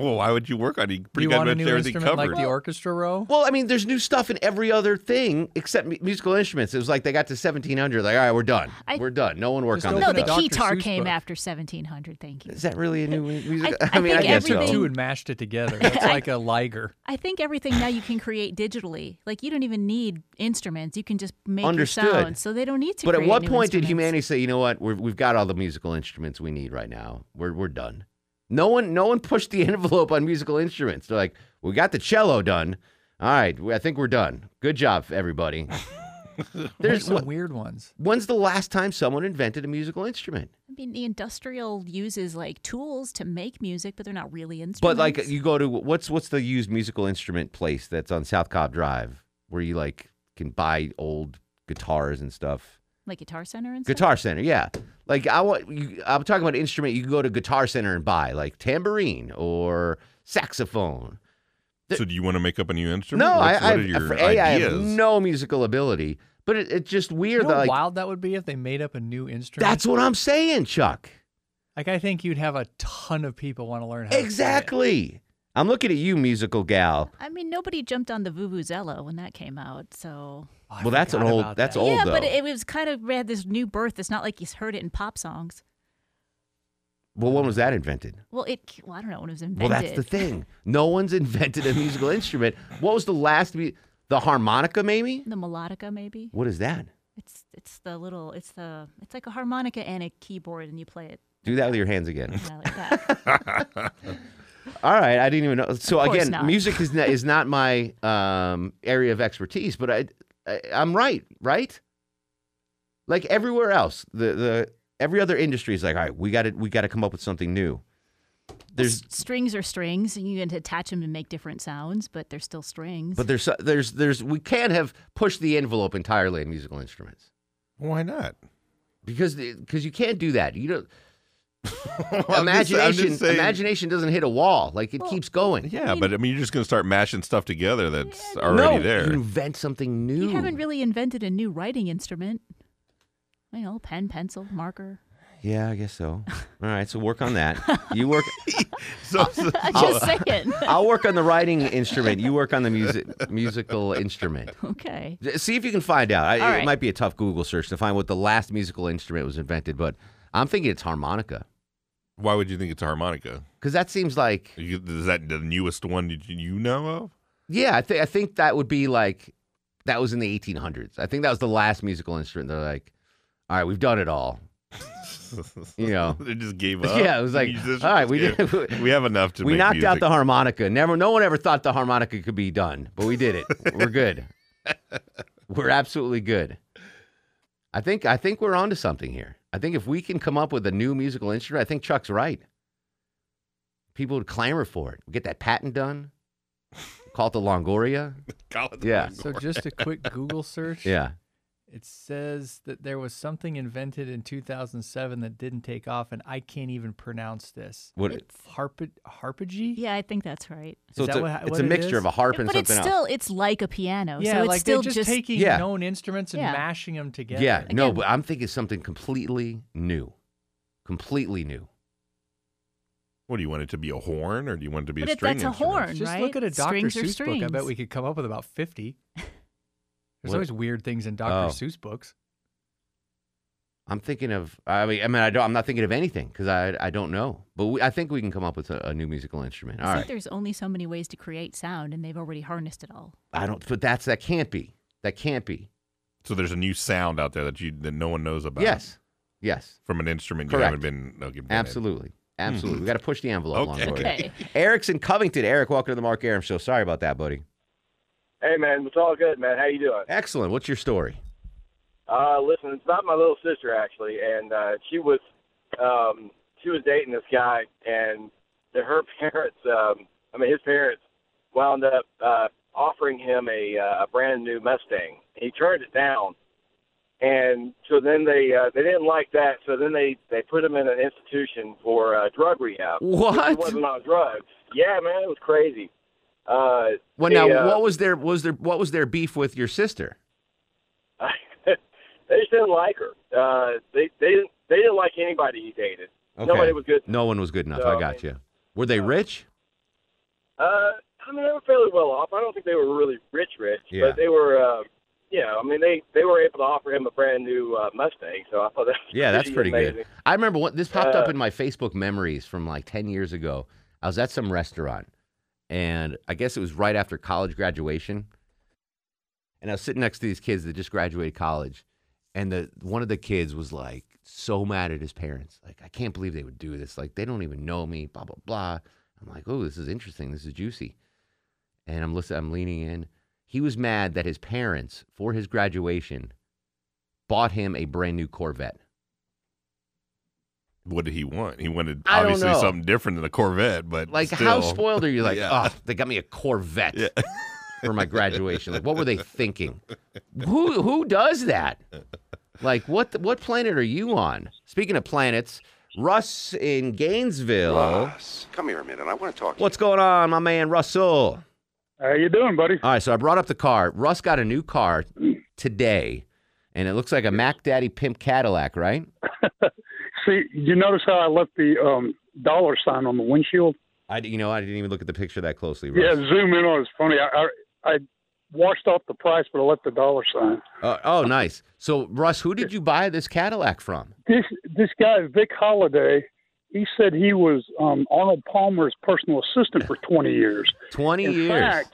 S1: well, why would you work on e-, it? You Pretty
S5: you
S1: good
S5: want a
S1: much
S5: new
S1: everything
S5: instrument
S1: covered.
S5: like the orchestra row?
S3: Well, I mean, there's new stuff in every other thing except mu- musical instruments. It was like they got to 1700, like all right, we're done,
S4: I-
S3: we're done. No one worked on
S4: No,
S3: this
S4: the
S3: stuff.
S4: keytar came after 1700. Thank you.
S3: Is that really a new mu- music?
S4: I
S3: mean, I
S4: think
S3: guess
S5: Took
S3: so.
S5: two and mashed it together. It's like a liger.
S4: I think everything now you can create digitally. Like you don't even need instruments. You can just make
S3: Understood.
S4: your sound. So they don't need to
S3: But at
S4: create
S3: what
S4: new
S3: point did
S4: instruments.
S3: humanity say, you know what, we're, we've got all the musical instruments we need right now. We're, we're done. No one, no one pushed the envelope on musical instruments. They're like, we got the cello done. All right, we- I think we're done. Good job, everybody.
S5: There's
S3: There's
S5: some
S3: what,
S5: weird ones.
S3: when's the last time someone invented a musical instrument?
S4: I mean, the industrial uses like tools to make music, but they're not really instruments.
S3: But like, you go to what's what's the used musical instrument place that's on South Cobb Drive where you like can buy old guitars and stuff.
S4: like Guitar Center and
S3: Guitar Center, yeah. Like I want, you, I'm talking about instrument. You can go to Guitar Center and buy like tambourine or saxophone.
S1: so do you want to make up a new instrument?
S3: No, I,
S1: What's-
S3: I,
S1: what are your
S3: for A, I have
S1: ideas?
S3: no musical ability, but it- it's just
S5: You
S3: weird.
S5: know
S3: that,
S5: how
S3: like,
S5: wild that would be if they made up a new instrument.
S3: that's what I'm saying, Chuck.
S5: Like I think you'd have a ton of people want to learn how. to play it.
S3: Exactly. I'm looking at you, musical gal.
S4: stuff. I mean, nobody jumped on the Vuvuzela when that came out. So
S3: well, that's an
S5: Oh, forgot
S3: old.
S5: about
S3: That's
S5: that.
S3: old
S4: yeah,
S3: though.
S4: but it was kind of had this new birth. It's not like he's heard it in pop songs.
S3: well, when was that invented?
S4: Well, it. Well, I don't know when it was
S3: Well, that's
S4: invented.
S3: the thing. No one's invented a musical instrument. What was the last? mu- The harmonica, maybe.
S4: The melodica, maybe.
S3: What is that?
S4: It's it's the little. It's the. It's like a harmonica and a keyboard, and you play it.
S3: Do that with your hands again.
S4: Yeah, like that.
S3: All right, I didn't even know. So
S4: Of course
S3: again,
S4: not.
S3: music is not, is not my um, area of expertise, but I, I I'm right, right? Like everywhere else, the the every other industry is like, all right, we got to we got to come up with something new. There's
S4: strings are strings, and you can attach them and make different sounds, but they're still strings.
S3: but there's there's there's we can't have pushed the envelope entirely in musical instruments
S1: Why not?
S3: because because you can't do that. You don't.
S1: I'm just- I'm just
S3: imagination
S1: saying-
S3: imagination doesn't hit a wall like it keeps going.
S1: Yeah, but I mean, you're just going to start mashing stuff together that's already
S3: No,
S1: there.
S3: you invent something new.
S4: You haven't really invented a new writing instrument. You know, pen, pencil, marker.
S3: Yeah, I guess so. All right, so work on that. You work.
S1: so,
S4: I'm just
S3: Oh.
S4: saying.
S3: I'll work on the writing instrument. You work on the music musical instrument.
S4: Okay.
S3: See if you can find out. I,
S4: All
S3: It
S4: right.
S3: might be a tough Google search to find what the last musical instrument was invented, but I'm thinking it's harmonica
S1: Why would you think it's a harmonica?
S3: because that seems like
S1: You, is that the newest one that you- you know of?
S3: yeah. I think I think that would be like that was in the 1800s. I think that was the last musical instrument. They're like, all right, we've done it all. You know,
S1: they just gave up.
S3: Yeah, it was like,
S1: Musicians
S3: all right, we
S1: gave-
S3: did-
S1: we have enough to
S3: we
S1: make
S3: knocked out
S1: music.
S3: the harmonica. Never, no one ever thought the harmonica could be done, but we did it. We're good. we're absolutely good. I think I think we're onto something here. I think if we can come up with a new musical instrument, I think Chuck's right. People would clamor for it. We get that patent done. Call it the Longoria.
S1: Call it the
S3: yeah.
S5: So just a quick Google search.
S3: Yeah.
S5: It says that there was something invented in 2007 that didn't take off, and I can't even pronounce this.
S3: What- It's-
S5: Harp- harpagee?
S4: Yeah, I think that's right.
S3: So
S5: Is
S3: it's
S5: that
S3: a,
S5: what-
S3: it's
S5: Uh, what
S3: a
S5: it
S3: mixture of
S5: is?
S3: a harp and
S4: but it's
S3: something else.
S4: still it's like a piano.
S5: Yeah,
S4: so it's
S5: like
S4: still
S5: they're just, taking
S3: Yeah.
S5: known instruments and
S4: Yeah.
S5: mashing them together.
S3: Yeah, no, but I'm thinking something completely new. Completely new.
S1: What do you want it to be? A horn, or do you want it to be
S4: But
S1: a
S4: it-
S1: string?
S4: that's a
S1: instrument?
S4: horn,
S5: Just
S4: right?
S5: look at a Dr.
S4: Strings are
S5: Seuss book. I bet
S4: strings.
S5: we could come up with about 50. There's
S3: What-
S5: always weird things in Dr.
S3: Oh.
S5: Seuss books.
S3: I'm thinking of. I mean, I mean, I don't. I'm not thinking of anything because I, I don't know. But we, I think we can come up with a, a new musical instrument.
S4: I
S3: All
S4: think
S3: right.
S4: there's only so many ways to create sound, and they've already harnessed it all.
S3: I don't. But that's that can't be. That can't be.
S1: So there's a new sound out there that you that no one knows about.
S3: Yes. Yes.
S1: From an instrument
S3: Correct.
S1: you haven't been. uh, Okay, been in.
S3: Absolutely. Absolutely. we got to push the envelope.
S1: Okay.
S3: Longoria.
S1: Okay.
S3: Eric's in Covington. Eric, welcome to the Mark Aram Show. Sorry about that, buddy.
S19: Hey man, it's all good, man. How you doing?
S3: Excellent. What's your story?
S19: Uh, listen, it's about my little sister actually, and uh, she was um, she was dating this guy, and her parents, um, I mean his parents, wound up uh, offering him a uh, a brand new Mustang. He turned it down, and so then they uh, they didn't like that. So then they they put him in an institution for uh, drug rehab. He
S3: What?
S19: wasn't on drugs. Yeah, man, it was crazy. Uh,
S3: Well,
S19: they,
S3: now
S19: uh,
S3: what was their was their what was their beef with your sister?
S19: they just didn't like her. Uh, they they didn't they didn't like anybody he dated.
S3: Okay.
S19: Nobody was good.
S3: No one was good enough.
S19: So,
S3: I got you. Were they rich?
S19: Uh, I mean, they were fairly well off. I don't think they were really rich, rich,
S3: Yeah.
S19: but they were. Uh, yeah, I mean, they they were able to offer him a brand new uh, Mustang. So I thought that. Was
S3: Yeah, that's pretty good.
S19: amazing.
S3: I remember what this popped up
S19: Uh,
S3: in my Facebook memories from like 10 years ago. I was at some restaurant and I guess it was right after college graduation. And I was sitting next to these kids that just graduated college and the one of the kids was like so mad at his parents. Like, I can't believe they would do this. Like, they don't even know me, blah blah blah. I'm like, "Oh, this is interesting. This is juicy." And I'm listening, I'm leaning in. He was mad that his parents for his graduation bought him a brand new Corvette.
S1: What did he want? He wanted
S3: I don't
S1: obviously
S3: know.
S1: something different than a Corvette, but
S3: Like,
S1: still.
S3: how spoiled are you? Like,
S1: Yeah.
S3: oh, they got me a Corvette for my graduation. Like, what were they thinking? Who who does that? Like, what the, what planet are you on? Speaking of planets, Russ in Gainesville.
S20: Come here a minute. I want to talk.
S3: What's going on, my man Russell?
S20: How you doing, buddy?
S3: All right, so I brought up the car. Russ got a new car
S17: Mm.
S3: today, and it looks like a Mac Daddy Pimp Cadillac, right?
S17: See, you notice how I left the um, dollar sign on the windshield?
S3: I, you know, I didn't even look at the picture that closely. Russ.
S17: Yeah, zoom in on it. It's funny. I, I I washed off the price, but I left the dollar sign.
S3: Uh, oh, nice. So, Russ, who did you buy this Cadillac from?
S17: This this guy Vic Holliday, he said he was um, Arnold Palmer's personal assistant for twenty years.
S3: 20
S17: In
S3: years.
S17: Fact,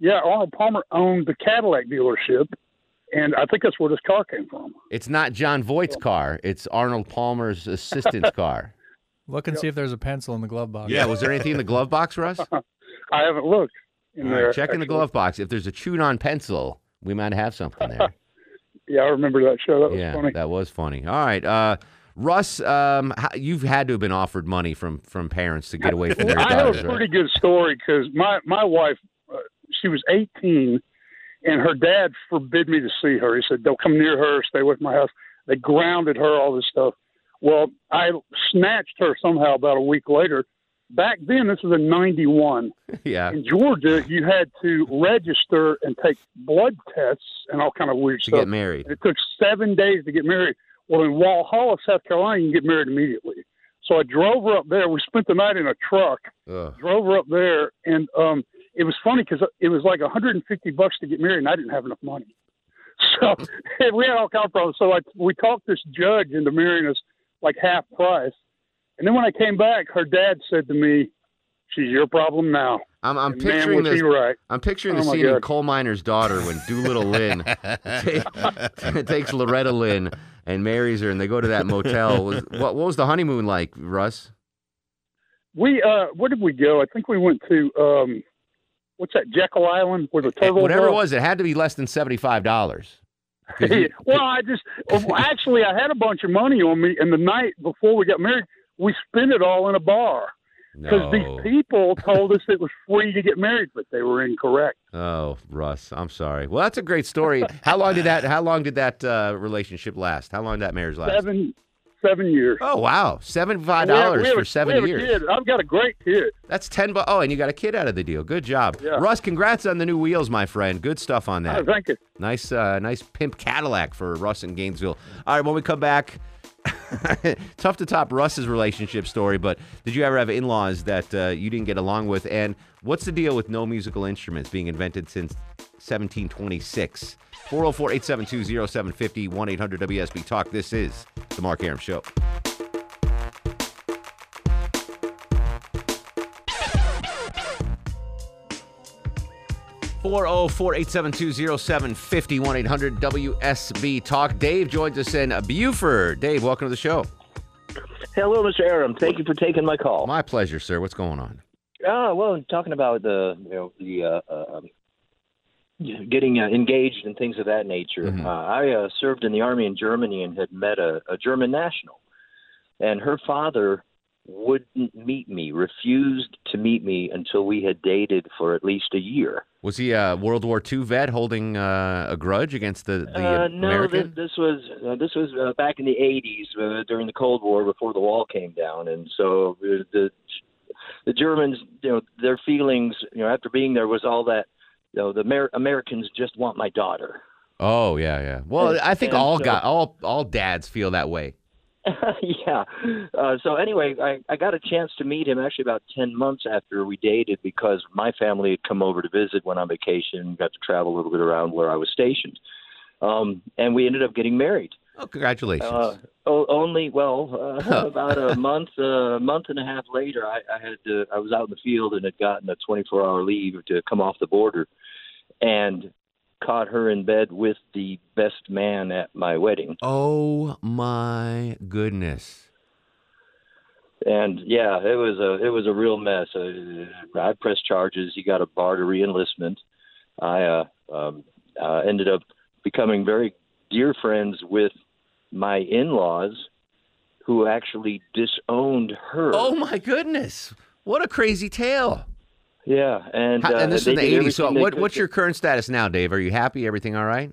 S17: yeah, Arnold Palmer owned the Cadillac dealership, and I think that's where this car came from.
S3: It's not John Voight's car. It's Arnold Palmer's assistant's car.
S5: Look and see if there's a pencil in the glove box.
S3: Yeah. Was there anything in the glove box, Russ?
S17: I haven't looked.
S3: All right, check in the glove box. If there's a chewed-on pencil, we might have something there.
S17: Yeah, I remember that show. That was
S3: yeah,
S17: funny.
S3: that was funny. All right, uh, Russ, um, how, you've had to have been offered money from from parents to get away from their
S17: I have
S3: daughters,
S17: a
S3: right?
S17: pretty good story because my my wife, uh, she was 18, and her dad forbid me to see her. He said, "Don't come near her. Stay with my house." They grounded her, all this stuff. Well, I snatched her somehow about a week later. Back then, this was in '91.
S3: yeah.
S17: In Georgia, you had to register and take blood tests and all kind of weird
S3: To
S17: stuff.
S3: get married.
S17: And it took seven days to get married. Well, in Walhalla, South Carolina, you can get married immediately. So I drove her up there. We spent the night in a truck.
S3: Ugh.
S17: Drove her up there, and um, it was funny because it was like 150 bucks to get married, and I didn't have enough money. So we had all kinds of problems. So I, we talked this judge into marrying us like half price. And then when I came back, her dad said to me, "She's your problem now."
S3: I'm, I'm
S17: And
S3: picturing
S17: man, was
S3: this.
S17: He right.
S3: I'm picturing
S17: Oh,
S3: the
S17: my
S3: scene in
S17: God.
S3: Coal Miner's Daughter when Doolittle Lynn ta- takes Loretta Lynn and marries her, and they go to that motel. Was- What, what was the honeymoon like, Russ?
S17: We uh, where did we go? I think we went to um, what's that Jekyll Island where the turtles.
S3: Eh, Whatever
S17: are?
S3: it was, it had to be less than seventy-five dollars.
S17: well, I just uh, well, actually I had a bunch of money on me, and the night before we got married, we spent it all in a bar because
S3: No.
S17: these people told us it was free to get married, but they were incorrect.
S3: Oh, Russ, I'm sorry. Well, that's a great story. How long did that? How long did that uh, relationship last? How long did that marriage last?
S17: Seven, seven years.
S3: Oh wow, seventy-five
S17: And we have- we
S3: dollars
S17: have a-
S3: for
S17: we
S3: seven
S17: have a
S3: years.
S17: kid. I've got a great kid.
S3: That's ten. Bu- oh, and you got a kid out of the deal. Good job,
S17: Yeah.
S3: Russ. Congrats on the new wheels, my friend. Good stuff on that.
S17: Oh, thank you.
S3: Nice, uh, nice pimp Cadillac for Russ in Gainesville. All right, when we come back, tough to top Russ's relationship story. But did you ever have in-laws that uh, you didn't get along with? And what's the deal with no musical instruments being invented since 1726? 404-872-0750, 1-800-WSB Talk. This is the Mark Aram Show. Four zero four eight seven two zero seven fifty one eight hundred WSB Talk. Dave joins us in Buford. Dave, welcome to the show.
S21: Hello, Mr. Aram. Thank you for taking my call.
S3: My pleasure, sir. What's going on?
S21: Ah, well, talking about the you know the uh, uh, um, getting uh, engaged and things of that nature. Uh, I uh, served in the army in Germany and had met a, a German national, and her father wouldn't meet me, refused to meet me until we had dated for at least a year.
S3: Was he a World War II vet holding uh, a grudge against the, the
S21: uh, no,
S3: American?
S21: this, this was uh, this was uh, back in the '80s uh, during the Cold War before the wall came down, and so uh, the the Germans, you know, their feelings, you know, after being there was all that, you know, the Amer- Americans just want my daughter.
S3: Oh yeah, yeah. Well,
S21: And-
S3: I think
S21: and
S3: all
S21: so-
S3: got all all dads feel that way.
S21: yeah. Uh, so anyway, I, I got a chance to meet him actually about ten months after we dated because my family had come over to visit, went on vacation, got to travel a little bit around where I was stationed, um, and we ended up getting married.
S3: Oh, congratulations!
S21: Uh, o- only well, uh, about a month, a month and a half later, I, I had to, I was out in the field and had gotten a 24-hour leave to come off the border, and caught her in bed with the best man at my wedding.
S3: Oh my goodness!
S21: And yeah, it was a it was a real mess. Uh, I pressed charges. He got a bar to reenlistment. I uh, um, uh, ended up becoming very dear friends with my in-laws, who actually disowned her.
S3: Oh my goodness! What a crazy tale!
S21: Yeah, and
S3: How-
S21: uh,
S3: and this is
S21: they
S3: in the
S21: did
S3: '80s. So,
S21: everything they
S3: what,
S21: could
S3: what's
S21: to-
S3: your current status now, Dave? Are you happy? Everything all right?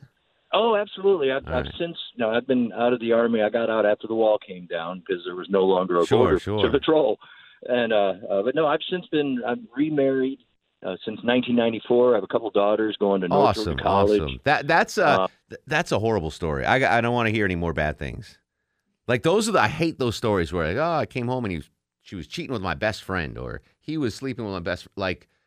S21: Oh, absolutely. I've,
S3: All
S21: I've
S3: right.
S21: since no, I've been out of the army. I got out after the wall came down because there was no longer a
S3: Sure,
S21: border
S3: sure.
S21: to patrol. And uh, uh, but no, I've since been I'm remarried uh, since 1994. I have a couple daughters going to Northridge
S3: awesome,
S21: College. Uh,
S3: awesome. That that's a th- that's a horrible story. I I don't want to hear any more bad things. Like those are the I hate those stories where like oh I came home and he was, she was cheating with my best friend or he was sleeping with my best like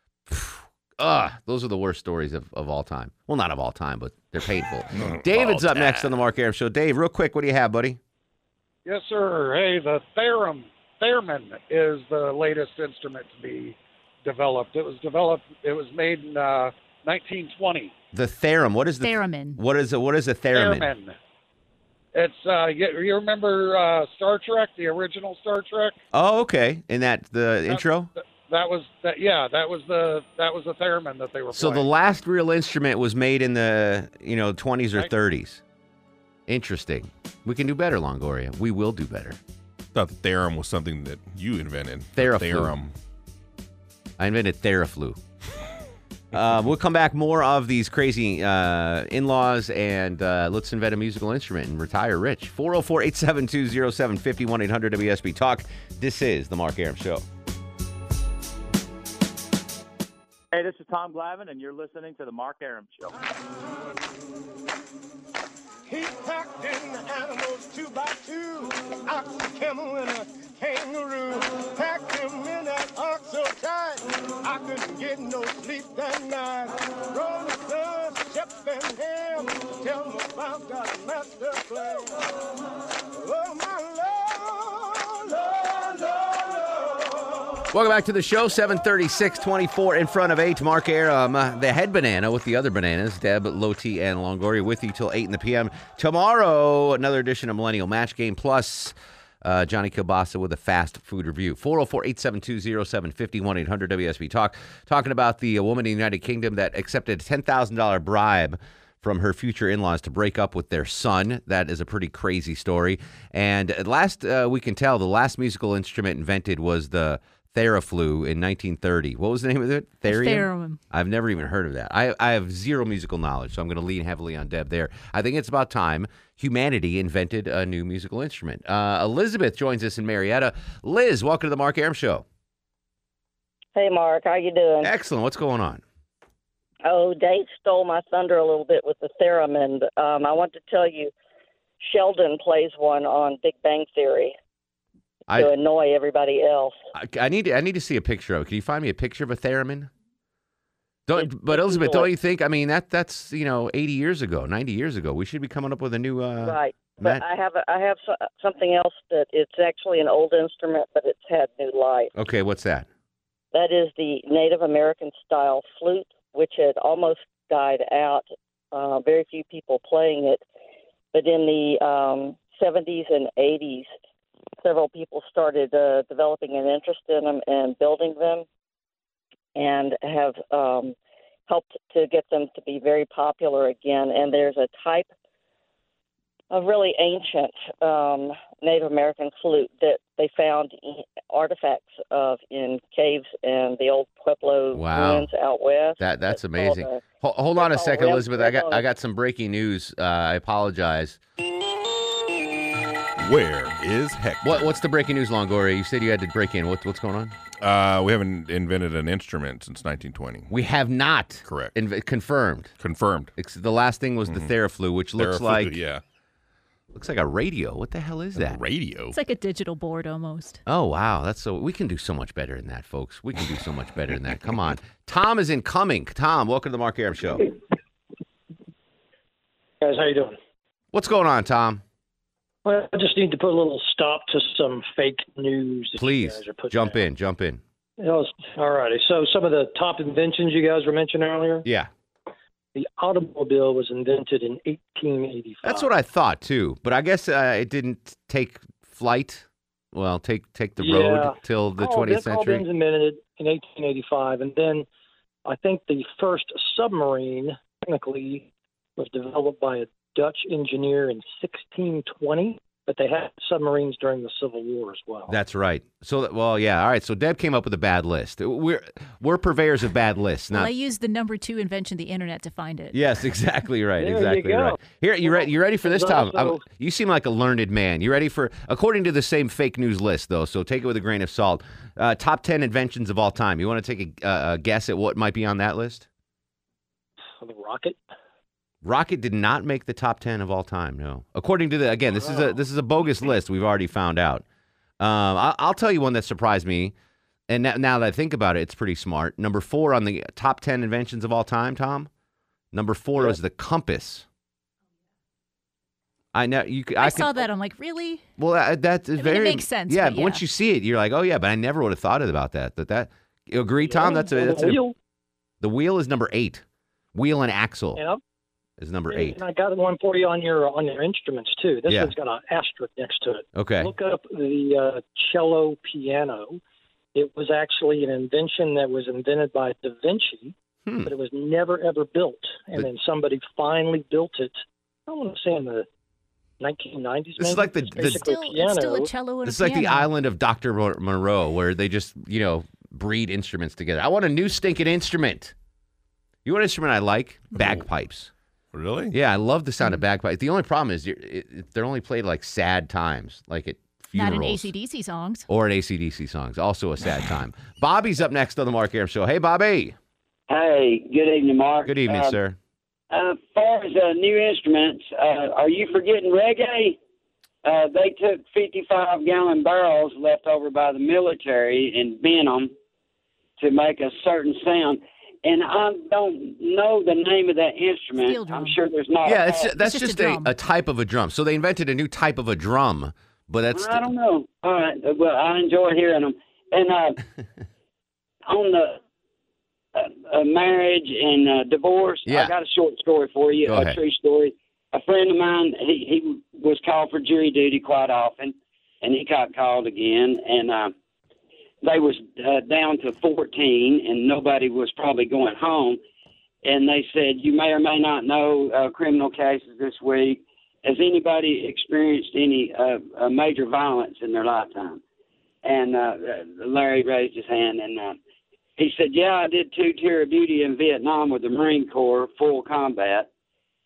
S3: ugh those are the worst stories of, of all time. Well, not of all time, but they're painful. David's up next on the Mark Aram Show. Dave, real quick, what do you have, buddy?
S20: Yes, sir. Hey, the theorem theremin is the latest instrument to be developed. It was developed. It was made in uh, 1920.
S3: The theorem. What is the
S4: theremin?
S3: What is a, what is a theremin?
S20: It's uh, you, you remember uh, Star Trek, the original Star Trek.
S3: Oh, okay. In that the intro.
S20: That, that was that. Yeah, that was the that was the theremin that they were
S3: So the
S20: playing.
S3: last real instrument was made in the you know 20s or 30s. Interesting. We can do better, Longoria. We will do better.
S1: thought the theorem was something that you invented.
S3: Theraflu.
S1: Theorem.
S3: I invented Theraflu. uh, we'll come back more of these crazy uh, in-laws and uh, let's invent a musical instrument and retire rich. 404-872-0750 800 wsb Talk. This is the Mark Aram Show.
S22: Hey, this is Tom Glavin, and you're listening to the Mark Aram Show.
S2: He packed in the animals two by two, ox, a camel, and a kangaroo. Packed him in that ox so tight, I couldn't get no sleep that night. Rolling stones, Shep and Ham, tell 'em about God's master plan. Oh, my Lord, Lord, Lord, Lord.
S3: Welcome back to the show. 736, 24 in front of 8. Mark Aram, uh, the head banana with the other bananas, Deb, Loti, and Longoria with you till 8 in the p.m. Tomorrow, another edition of Millennial Match Game Plus. Uh, Johnny Kilbasa with a fast food review. 404 872 0750 800 WSB Talk. Talking about the uh, woman in the United Kingdom that accepted a $10,000 bribe from her future in-laws to break up with their son. That is a pretty crazy story. And uh, last uh, we can tell, the last musical instrument invented was the Theraflu in 1930. What was the name of it? Therium.
S4: Theremin.
S3: I've never even heard of that. I, I have zero musical knowledge, so I'm going to lean heavily on Deb there. I think it's about time humanity invented a new musical instrument. Uh, Elizabeth joins us in Marietta. Liz, welcome to the Mark Aram Show.
S23: Hey, Mark, how you doing?
S3: Excellent. What's going on?
S23: Oh, Dave stole my thunder a little bit with the theorem, and um, I want to tell you, Sheldon plays one on Big Bang Theory to
S3: I,
S23: annoy everybody else.
S3: I I need to, I need to see a picture of it. Can you find me a picture of a theremin? Don't, but Elizabeth, don't you think? I mean, that that's you know, eighty years ago, ninety years ago. We should be coming up with a new uh,
S23: right. But
S3: Matt-
S23: I have a, I have so, something else that it's actually an old instrument, but it's had new life.
S3: Okay, what's that?
S23: That is the Native American style flute, which had almost died out. Uh, very few people playing it. But in the um, 70s and 80s, several people started uh, developing an interest in them and building them and have um, helped to get them to be very popular again. And there's a type a really ancient um, Native American flute that they found artifacts of in caves and the old Pueblo
S3: Wow.
S23: ruins out west.
S3: That that's
S23: called
S3: amazing.
S8: uh,
S23: a-
S3: Ho- hold on a
S23: called
S3: second,
S23: Ram-
S3: Elizabeth. I got I
S23: Ramon.
S3: got some breaking news. Uh, I apologize.
S1: Where is Hector?
S3: What what's the breaking news, Longoria? You said you had to break in. What what's going on?
S1: Uh, we haven't invented an instrument since 1920.
S3: We have not.
S1: Correct.
S3: Inv- confirmed.
S1: Confirmed.
S3: It's, the last thing was
S1: Mhm.
S3: the Theraflu, which looks
S1: Theraflu,
S3: like
S1: yeah.
S3: looks like a radio. What the hell is
S1: A
S3: that?
S1: radio.
S4: It's like a digital board almost.
S3: Oh wow, that's so we can do so much better than that, folks. We can do so much better than that. Come on. Tom is incoming. Tom, welcome to the Mark Aram Show.
S8: Guys, how you doing?
S3: What's going on, Tom?
S8: Well, I just need to put a little stop to some fake news. that you
S3: Please
S8: guys are putting
S3: jump in, jump in.
S8: out. All righty. So, some of the top inventions you guys were mentioning earlier.
S3: Yeah.
S8: The automobile was invented in 1885.
S3: That's what I thought too, but I guess uh, it didn't take flight. Well, take take the
S8: Yeah. Oh,
S3: road till the
S8: Carl
S3: 20th
S8: Ben- Carl
S3: century.
S8: Benz invented it in 1885, and then I think the first submarine, technically, was developed by a Dutch engineer in 1620. But they had submarines during the Civil War as well.
S3: That's right. So that- well, yeah. All right. So Deb came up with a bad list. We're we're purveyors of bad lists,
S4: Well, I
S3: not.
S4: used the number two invention, the internet, to find it.
S3: Yes, exactly right.
S4: There you
S3: exactly
S4: go.
S3: right. Here, you ready? You ready for this,
S4: there's
S3: Tom? I-
S4: also-
S3: you seem like a learned man. You ready for? According to the same fake news list, though, so take it with a grain of salt. Uh, top ten inventions of all time. You want to take a, uh, a guess at what might be on that list?
S8: The rocket.
S3: Rocket did not make the top ten of all time. No, according to the again, this is a this is a bogus list. We've already found out. Um, I, I'll tell you one that surprised me, and now, now that I think about it, it's pretty smart. Number four on the top ten inventions of all time, Tom. Number four is the compass. I know you. c-
S4: I,
S3: I,
S4: saw
S3: can,
S4: that. I'm like, really?
S3: Well, that, that's
S4: it
S3: very
S4: makes sense,
S3: Yeah,
S4: but
S3: but once
S4: yeah.
S3: you see it, you're like, oh yeah, but I never would have thought about that. That that you agree, Tom. That's a
S8: and
S3: that's
S8: the
S3: a-
S8: wheel.
S3: the wheel is number eight. Wheel and axle
S8: And, I'm,
S3: is number eight.
S8: and I got one for you on your on your instruments too. This
S3: Yeah.
S8: one's got an asterisk next to it.
S3: Okay.
S8: Look up the uh, cello piano. It was actually an invention that was invented by Da Vinci,
S3: Hmm.
S8: but it was never ever built. And
S3: The-
S8: then somebody finally built it. I want to say in the 1990s.
S3: This is
S8: maybe.
S3: like the,
S8: It's
S3: the
S8: basically piano.
S3: This is like the island of Doctor Moreau, where they just you know breed instruments together. I want a new stinking instrument. You want an instrument I like? Bagpipes.
S1: Really?
S3: Yeah, I love the sound of bagpipes. The only problem is you're, it, it- they're only played like sad times, like at
S4: Not
S3: funerals
S4: in ACDC songs.
S3: or at ACDC songs. Also a sad time. Bobby's up next on the Mark Aram Show. Hey, Bobby.
S24: Hey, good evening, Mark.
S3: Good evening,
S24: Uh,
S3: sir.
S24: Uh, as far as uh, new instruments, uh, are you forgetting reggae? Uh, they took 55 gallon barrels left over by the military and bent them to make a certain sound. And I don't know the name of that instrument. I'm sure there's not.
S3: yeah,
S24: a-
S3: it's, that's just, a, a, type of a drum. So they invented a new type of a drum, but that's
S24: I don't know. All right. Well, I enjoy hearing them. And uh, on the uh, uh, marriage and uh, divorce,
S25: Yeah.
S24: I got a short story for you,
S25: Go
S24: a
S25: ahead.
S24: true story. A friend of mine, he, he was called for jury duty quite often, and he got called again. And uh, they was uh, down to 14, and nobody was probably going home. And they said, you may or may not know uh, criminal cases this week has anybody experienced any uh, uh, major violence in their lifetime? And uh, uh, Larry raised his hand and uh, he said, Yeah, I did two tour of duty in Vietnam with the Marine Corps, full combat.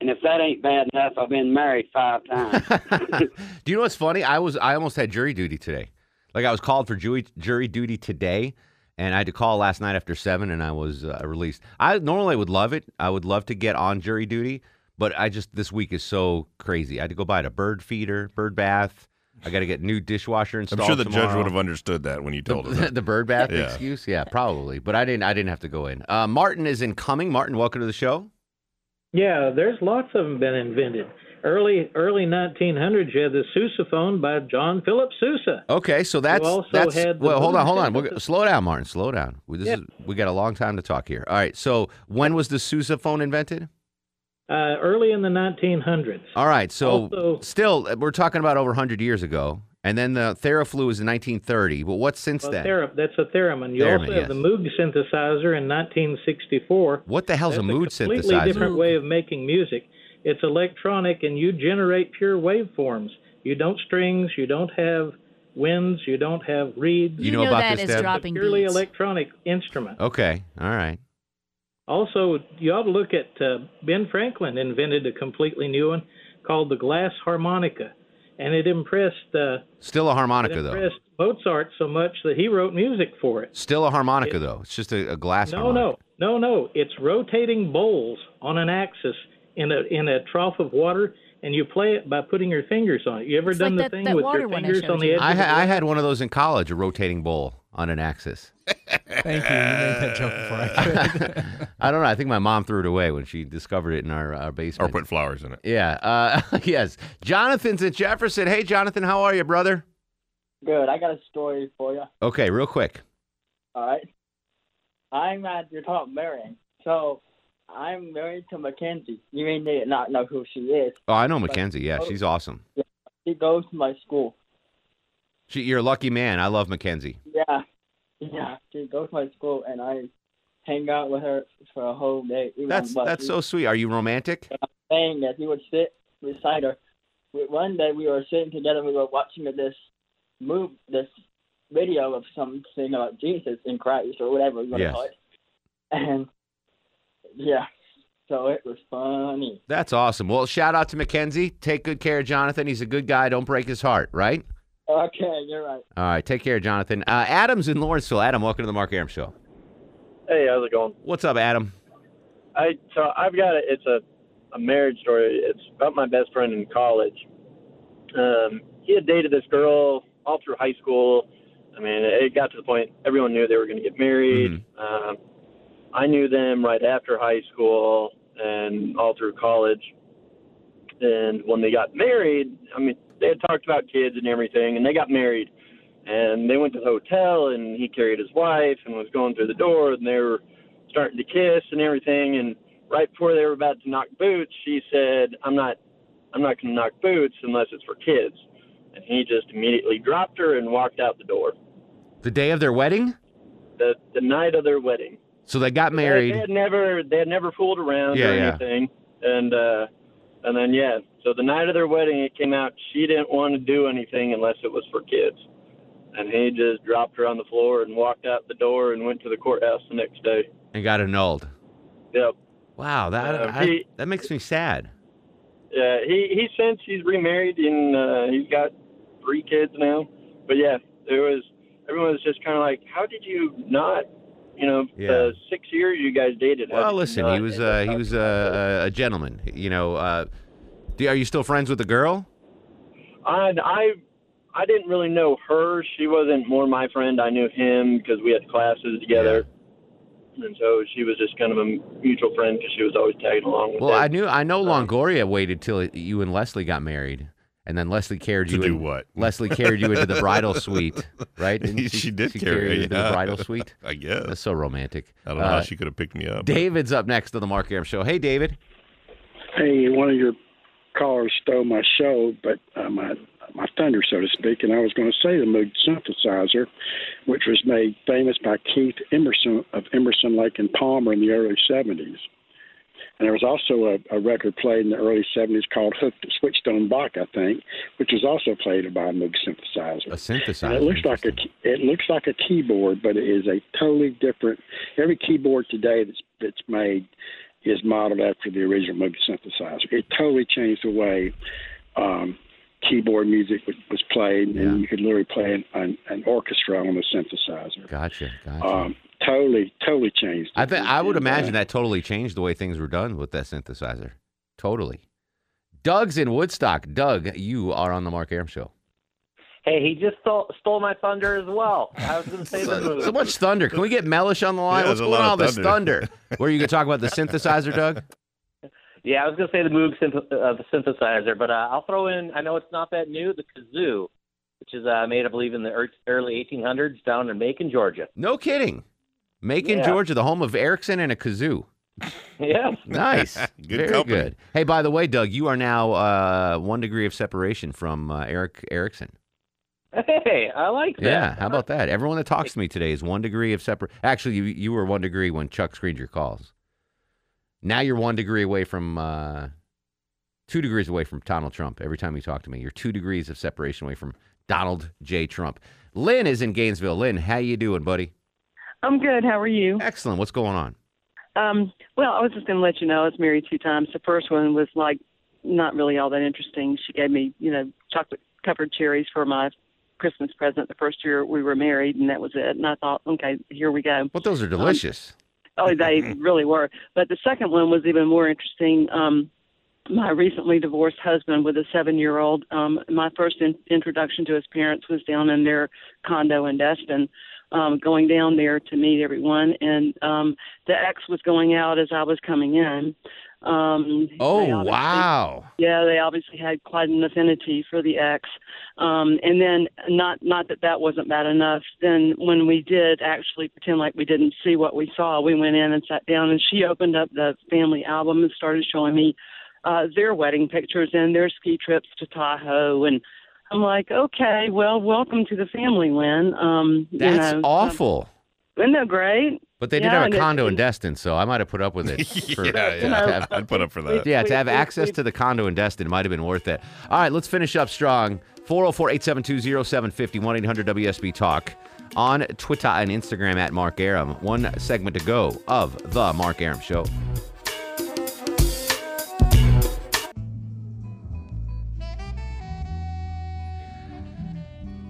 S24: And if that ain't bad enough, I've been married five times.
S3: Do you know what's funny? I was I almost had jury duty today. Like I was called for jury jury duty today, and I had to call last night after seven, and I was uh, released. I normally would love it. I would love to get on jury duty, but I just this week is so crazy. I had to go buy a bird feeder, bird bath. I got to get new dishwasher
S1: I'm
S3: installed.
S1: sure the judge
S3: tomorrow.
S1: would have understood that when you told us.
S3: the bird bath
S1: Yeah.
S3: excuse. Yeah, probably. But I didn't. I didn't have to go in. Uh, Martin is incoming. Martin, welcome to the show.
S26: Yeah, there's lots of them been invented. Early early 1900s, you had the sousaphone by John Philip Sousa.
S3: Okay, so that's
S26: also
S3: that's
S26: had the
S3: well. Hold on,
S26: Boone
S3: hold on. We're, slow down, Martin. Slow down. We, this
S26: Yeah.
S3: is, we got a long time to talk here. All right. So when was the sousaphone invented?
S26: Uh, early in the 1900s.
S3: All right. So
S26: Also-
S3: still, uh, we're talking about over 100 years ago, and then the Theraflu was in 1930. But what's since
S26: Well,
S3: then?
S26: thera- that's a theremin. You
S3: Theremin,
S26: also have
S3: yes.
S26: the Moog synthesizer in 1964.
S3: What the hell's
S26: that's
S3: a Moog
S26: completely
S3: synthesizer?
S26: different way of making music. It's electronic, and you generate pure waveforms. You don't strings. You don't have winds. You don't have reeds.
S3: You You know know about that this, as Deb? dropping
S26: purely
S3: beats.
S26: electronic instrument.
S3: Okay. All right.
S26: Also, you ought to look at uh, Ben Franklin invented a completely new one called the glass harmonica, and it impressed uh,
S3: Still a
S26: it
S3: harmonica though.
S26: impressed Mozart so much that he wrote music for it.
S3: Still a harmonica though. It's just a, a glass
S26: No,
S3: harmonica.
S26: no, no, no. It's rotating bowls on an axis in a in a trough of water, and you play it by putting your fingers on it. You ever
S4: It's
S26: done
S4: like that-
S26: the thing
S4: that
S26: with
S4: water
S26: your
S4: one I
S26: fingers on
S4: showed
S26: the edge?
S3: I,
S26: of the
S3: ha- I had one of those in college, a rotating bowl on an axis.
S5: Thank you. You made that joke before I could.
S3: I don't know. I think my mom threw it away when she discovered it in our, our basement. Or put
S1: flowers in it.
S3: Yeah. Uh, yes. Jonathan's in Jefferson. Hey, Jonathan, how are you, brother?
S6: Good. I got a story for you.
S3: Okay, real quick.
S6: All right. I'm at you're talking about marrying. So I'm married to Mackenzie. You may n- not know who she is.
S3: Oh, I know
S6: but
S3: Mackenzie. Yeah, she's awesome.
S6: She goes to my school.
S3: She, you're a lucky man. I love Mackenzie.
S6: Yeah, yeah. She goes to my school, and I hang out with her for a whole day. even
S3: That's
S6: though
S3: that's
S6: she
S3: so
S6: was
S3: sweet. Are you romantic?
S6: Saying that we would sit beside her. We- One day we were sitting together. We were watching this move, this video of something about Jesus and Christ or whatever you want to
S3: Yes.
S6: call it. And yeah, so it was funny.
S3: That's awesome. Well, shout out to Mackenzie. Take good care of Jonathan. He's a good guy. Don't break his heart, right?
S6: Okay, you're right.
S3: All right. Take care, Jonathan. Uh, Adam's in Lawrenceville. Adam, welcome to the Mark Aram Show.
S9: Hey, how's it going?
S3: What's up, Adam?
S9: I so I've got a, it's a a marriage story. It's about my best friend in college. Um, he had dated this girl all through high school. I mean, it got to the point everyone knew they were going to get married. Um, I knew them right after high school and all through college. And when they got married, I mean, they had talked about kids and everything, and they got married. And they went to the hotel, and he carried his wife and was going through the door, and they were starting to kiss and everything and right before they were about to knock boots she said i'm not i'm not going to knock boots unless it's for kids and he just immediately dropped her and walked out the door
S3: The day of their wedding?
S9: the the night of their wedding
S3: So they got
S9: they,
S3: married.
S9: had never they had never fooled around
S3: Yeah,
S9: or
S3: yeah.
S9: anything and uh and then yeah so the night of their wedding it came out she didn't want to do anything unless it was for kids and he just dropped her on the floor and walked out the door and went to the courthouse the next day
S3: and got annulled.
S9: yep
S3: Wow, that
S9: Uh,
S3: I-
S9: he-
S3: that makes me sad.
S9: Yeah, he he since he's remarried and uh, he's got three kids now. But yeah, there was everyone was just kind of like, how did you not? You know,
S3: Yeah.
S9: the six years you guys dated. how did
S3: Well,
S9: you
S3: listen,
S9: not-
S3: he was uh, he was uh, a, a gentleman. You know, uh, do, are you still friends with the girl?
S9: I I I didn't really know her. She wasn't more my friend. I knew him because we had classes together. And so she was just kind of a mutual friend because she was always tagging along with
S3: Well,
S9: him.
S3: I knew I know Longoria waited till you and Leslie got married, and then Leslie carried you. in- Leslie carried you into the bridal suite, right? Didn't
S1: She did
S3: she
S1: carry-
S3: carried you into the
S1: yeah.
S3: bridal suite.
S1: I guess
S3: that's so romantic. Uh,
S1: I don't know how she could have picked me up.
S3: David's up next on the Mark Aram Show. Hey, David.
S27: Hey, one of your callers stole my show, but uh, my my thunder, so to speak, and I was going to say the mood synthesizer, which was made famous by Keith Emerson of Emerson, Lake and Palmer in the early '70s. And there was also a, a record played in the early '70s called "Hooked at Switched on Bach," I think, which was also played by a Moog synthesizer. A
S3: synthesizer.
S27: And it looks like a key- it looks like a keyboard, but it is a totally different. Every keyboard today that's that's made is modeled after the original Moog synthesizer. It totally changed the way um, keyboard music was, was played, and you could literally play an, an, an orchestra on a synthesizer.
S3: Gotcha. Gotcha.
S27: Um, totally, totally changed.
S3: I think I would imagine that totally changed the way things were done with that synthesizer. Totally. Doug's in Woodstock. Doug, you are on the Mark Aram Show.
S25: Hey, he just stole, stole my thunder as well. I was going to say the
S3: So
S25: mood.
S3: much thunder. Can we get Mellish on the line?
S25: Yeah,
S3: What's
S25: there's a
S3: going on
S25: lot
S3: with
S25: of
S3: this thunder? Where you can talk about the synthesizer, Doug?
S25: Yeah, I was going to say the Moog synth- uh, the synthesizer, but uh, I'll throw in. I know it's not that new. The kazoo, which is uh, made, I believe, in the ear- early 1800s down in Macon, Georgia.
S3: No kidding. Macon,
S25: Yeah.
S3: Georgia, the home of Erickson and a kazoo.
S25: Yeah.
S3: Nice.
S25: Good
S3: Very
S25: company.
S3: good. Hey, by the way, Doug, you are now uh, one degree of separation from uh, Eric Erickson.
S25: Hey, I like that.
S3: Yeah, how about that? Everyone that talks to me today is one degree of separate. Actually, you, you were one degree when Chuck screened your calls. Now you're one degree away from, uh, two degrees away from Donald Trump. Every time you talk to me, you're two degrees of separation away from Donald J. Trump. Lynn is in Gainesville. Lynn, how you doing, buddy?
S7: I'm good. How are you?
S3: Excellent. What's going on?
S7: Um, well, I was just going to let you know I was married two times. The first one was like not really all that interesting. She gave me, you know, chocolate covered cherries for my Christmas present the first year we were married, and that was it. And I thought, okay, here we go.
S3: Well, those are delicious.
S7: Oh, they really were. But the second one was even more interesting. Um, my recently divorced husband with a seven year old, um, my first in- introduction to his parents was down in their condo in Destin. Um, going down there to meet everyone, and um, the ex was going out as I was coming in. Um, they
S3: oh,
S7: obviously-
S3: wow.
S7: yeah, they obviously had quite an affinity for the ex. Um, and then not not that that wasn't bad enough. Then when we did actually pretend like we didn't see what we saw, we went in and sat down, and she opened up the family album and started showing me uh, their wedding pictures and their ski trips to Tahoe. And I'm like, okay, well, welcome to the family, Lynn. Um,
S3: That's
S7: you know,
S3: awful.
S7: Um, isn't that great?
S3: But they did
S7: Yeah,
S3: have
S7: and
S3: a
S7: it-
S3: condo in Destin, so I might have put up with it. For,
S7: yeah, You know,
S1: I'd put up for that.
S3: Yeah,
S1: we-
S3: to have
S1: we-
S3: access
S1: we-
S3: to the condo in Destin might have been worth it. All right, let's finish up strong. 404 872 750 800 WSB Talk on Twitter and Instagram at Mark Aram. One segment to go of The Mark Aram Show.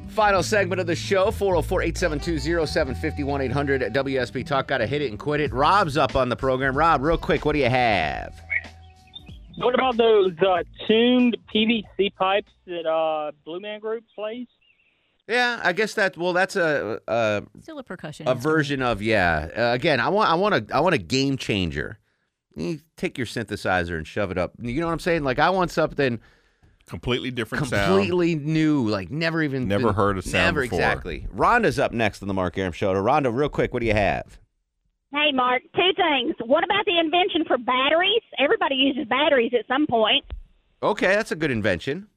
S3: Final segment of the show 404 872 750 800 WSB Talk. Got to hit it and quit it. Rob's up on the program. Rob, real quick, what do you have?
S13: What about those uh, tuned PVC pipes that uh, Blue Man Group plays?
S3: Yeah, I guess that well, that's a a,
S4: Still a percussion.
S3: a version of yeah. Uh, again, I want I want a I want a game changer. You take your synthesizer and shove it up. You know what I'm saying? Like I want something
S1: completely different, sound.
S3: completely new, like never even
S1: Never
S3: been-
S1: heard a sound
S3: Never
S1: before.
S3: exactly. Rhonda's up next on the Mark Aram Show. Rhonda, real quick, what do you have?
S14: Hey, Mark, two things. What about the invention for batteries? Everybody uses batteries at some point.
S3: Okay, that's a good invention.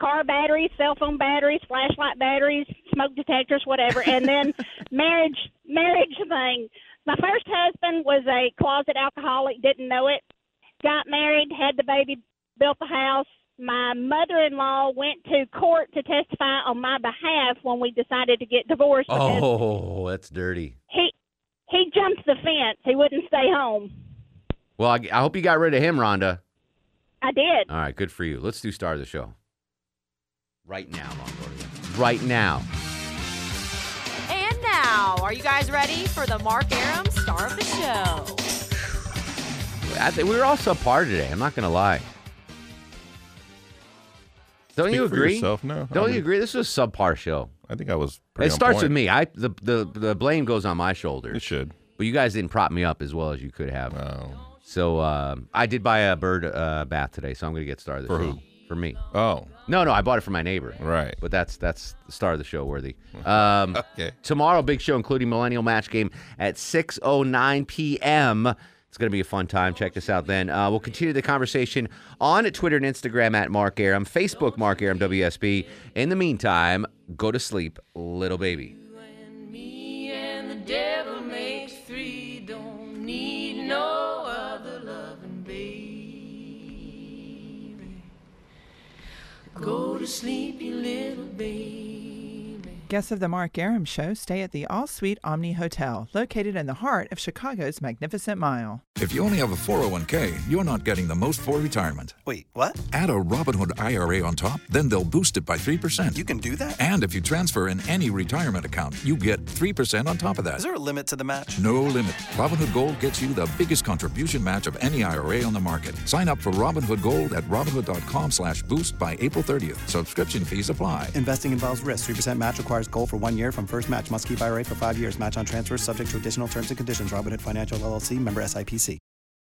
S14: Car batteries, cell phone batteries, flashlight batteries, smoke detectors, whatever. And then marriage marriage thing. My first husband was a closet alcoholic, didn't know it. Got married, had the baby, built the house. My mother-in-law went to court to testify on my behalf when we decided to get divorced because
S3: Oh, that's dirty.
S14: he he jumped the fence. He wouldn't stay home.
S3: Well, I, I hope you got rid of him, Rhonda.
S14: I did.
S3: All right, good for you. Let's do star of the show right now, Longoria. Right now.
S15: And now, are you guys ready for the Mark Aram star of the show?
S3: I think we were all subpar today. I'm not going to lie. Don't
S1: Speak
S3: you
S1: for
S3: agree?
S1: yourself, no. I
S3: Don't
S1: mean-
S3: you agree? This was a subpar show.
S1: I think I was. Pretty
S3: It
S1: on
S3: starts
S1: point.
S3: with me. I the, the the blame goes on my shoulders. It should. But you guys didn't prop me up as well as you could have. Oh. So um, I did buy a bird uh, bath today, so I'm going to get star of the
S1: For
S3: show.
S1: who?
S3: For me. Oh. No, no, I bought it for my neighbor. Right. But that's that's the star of the show worthy. Um, okay. Tomorrow, big show, including Millennial Match Game at 6.09 p.m. It's going to be a fun time. Check us out then. Uh, we'll continue the conversation on Twitter and Instagram at Mark Aram, Facebook Mark Aram WSB. In the meantime, go to sleep, little baby.
S28: Me and the devil makes three. Don't need no other loving, baby. Go to sleep, you little baby.
S29: Guests of the Mark Aram Show stay at the All Suite Omni Hotel, located in the heart of Chicago's Magnificent Mile.
S30: If you only have a 401k, you're not getting the most for retirement. Wait, what? Add a Robinhood IRA on top, then they'll boost it by 3%. You can do that? And if you transfer in any retirement account, you get 3% on top of that.
S31: Is there a limit to the match?
S30: No limit. Robinhood Gold gets you the biggest contribution match of any IRA on the market. Sign up for Robinhood Gold at Robinhood.com slash boost by April 30th. Subscription fees apply.
S31: Investing involves risk. 3% match requires gold for one year from first match. Must keep IRA for five years. Match on transfers subject to additional terms and conditions. Robinhood Financial LLC member SIPC.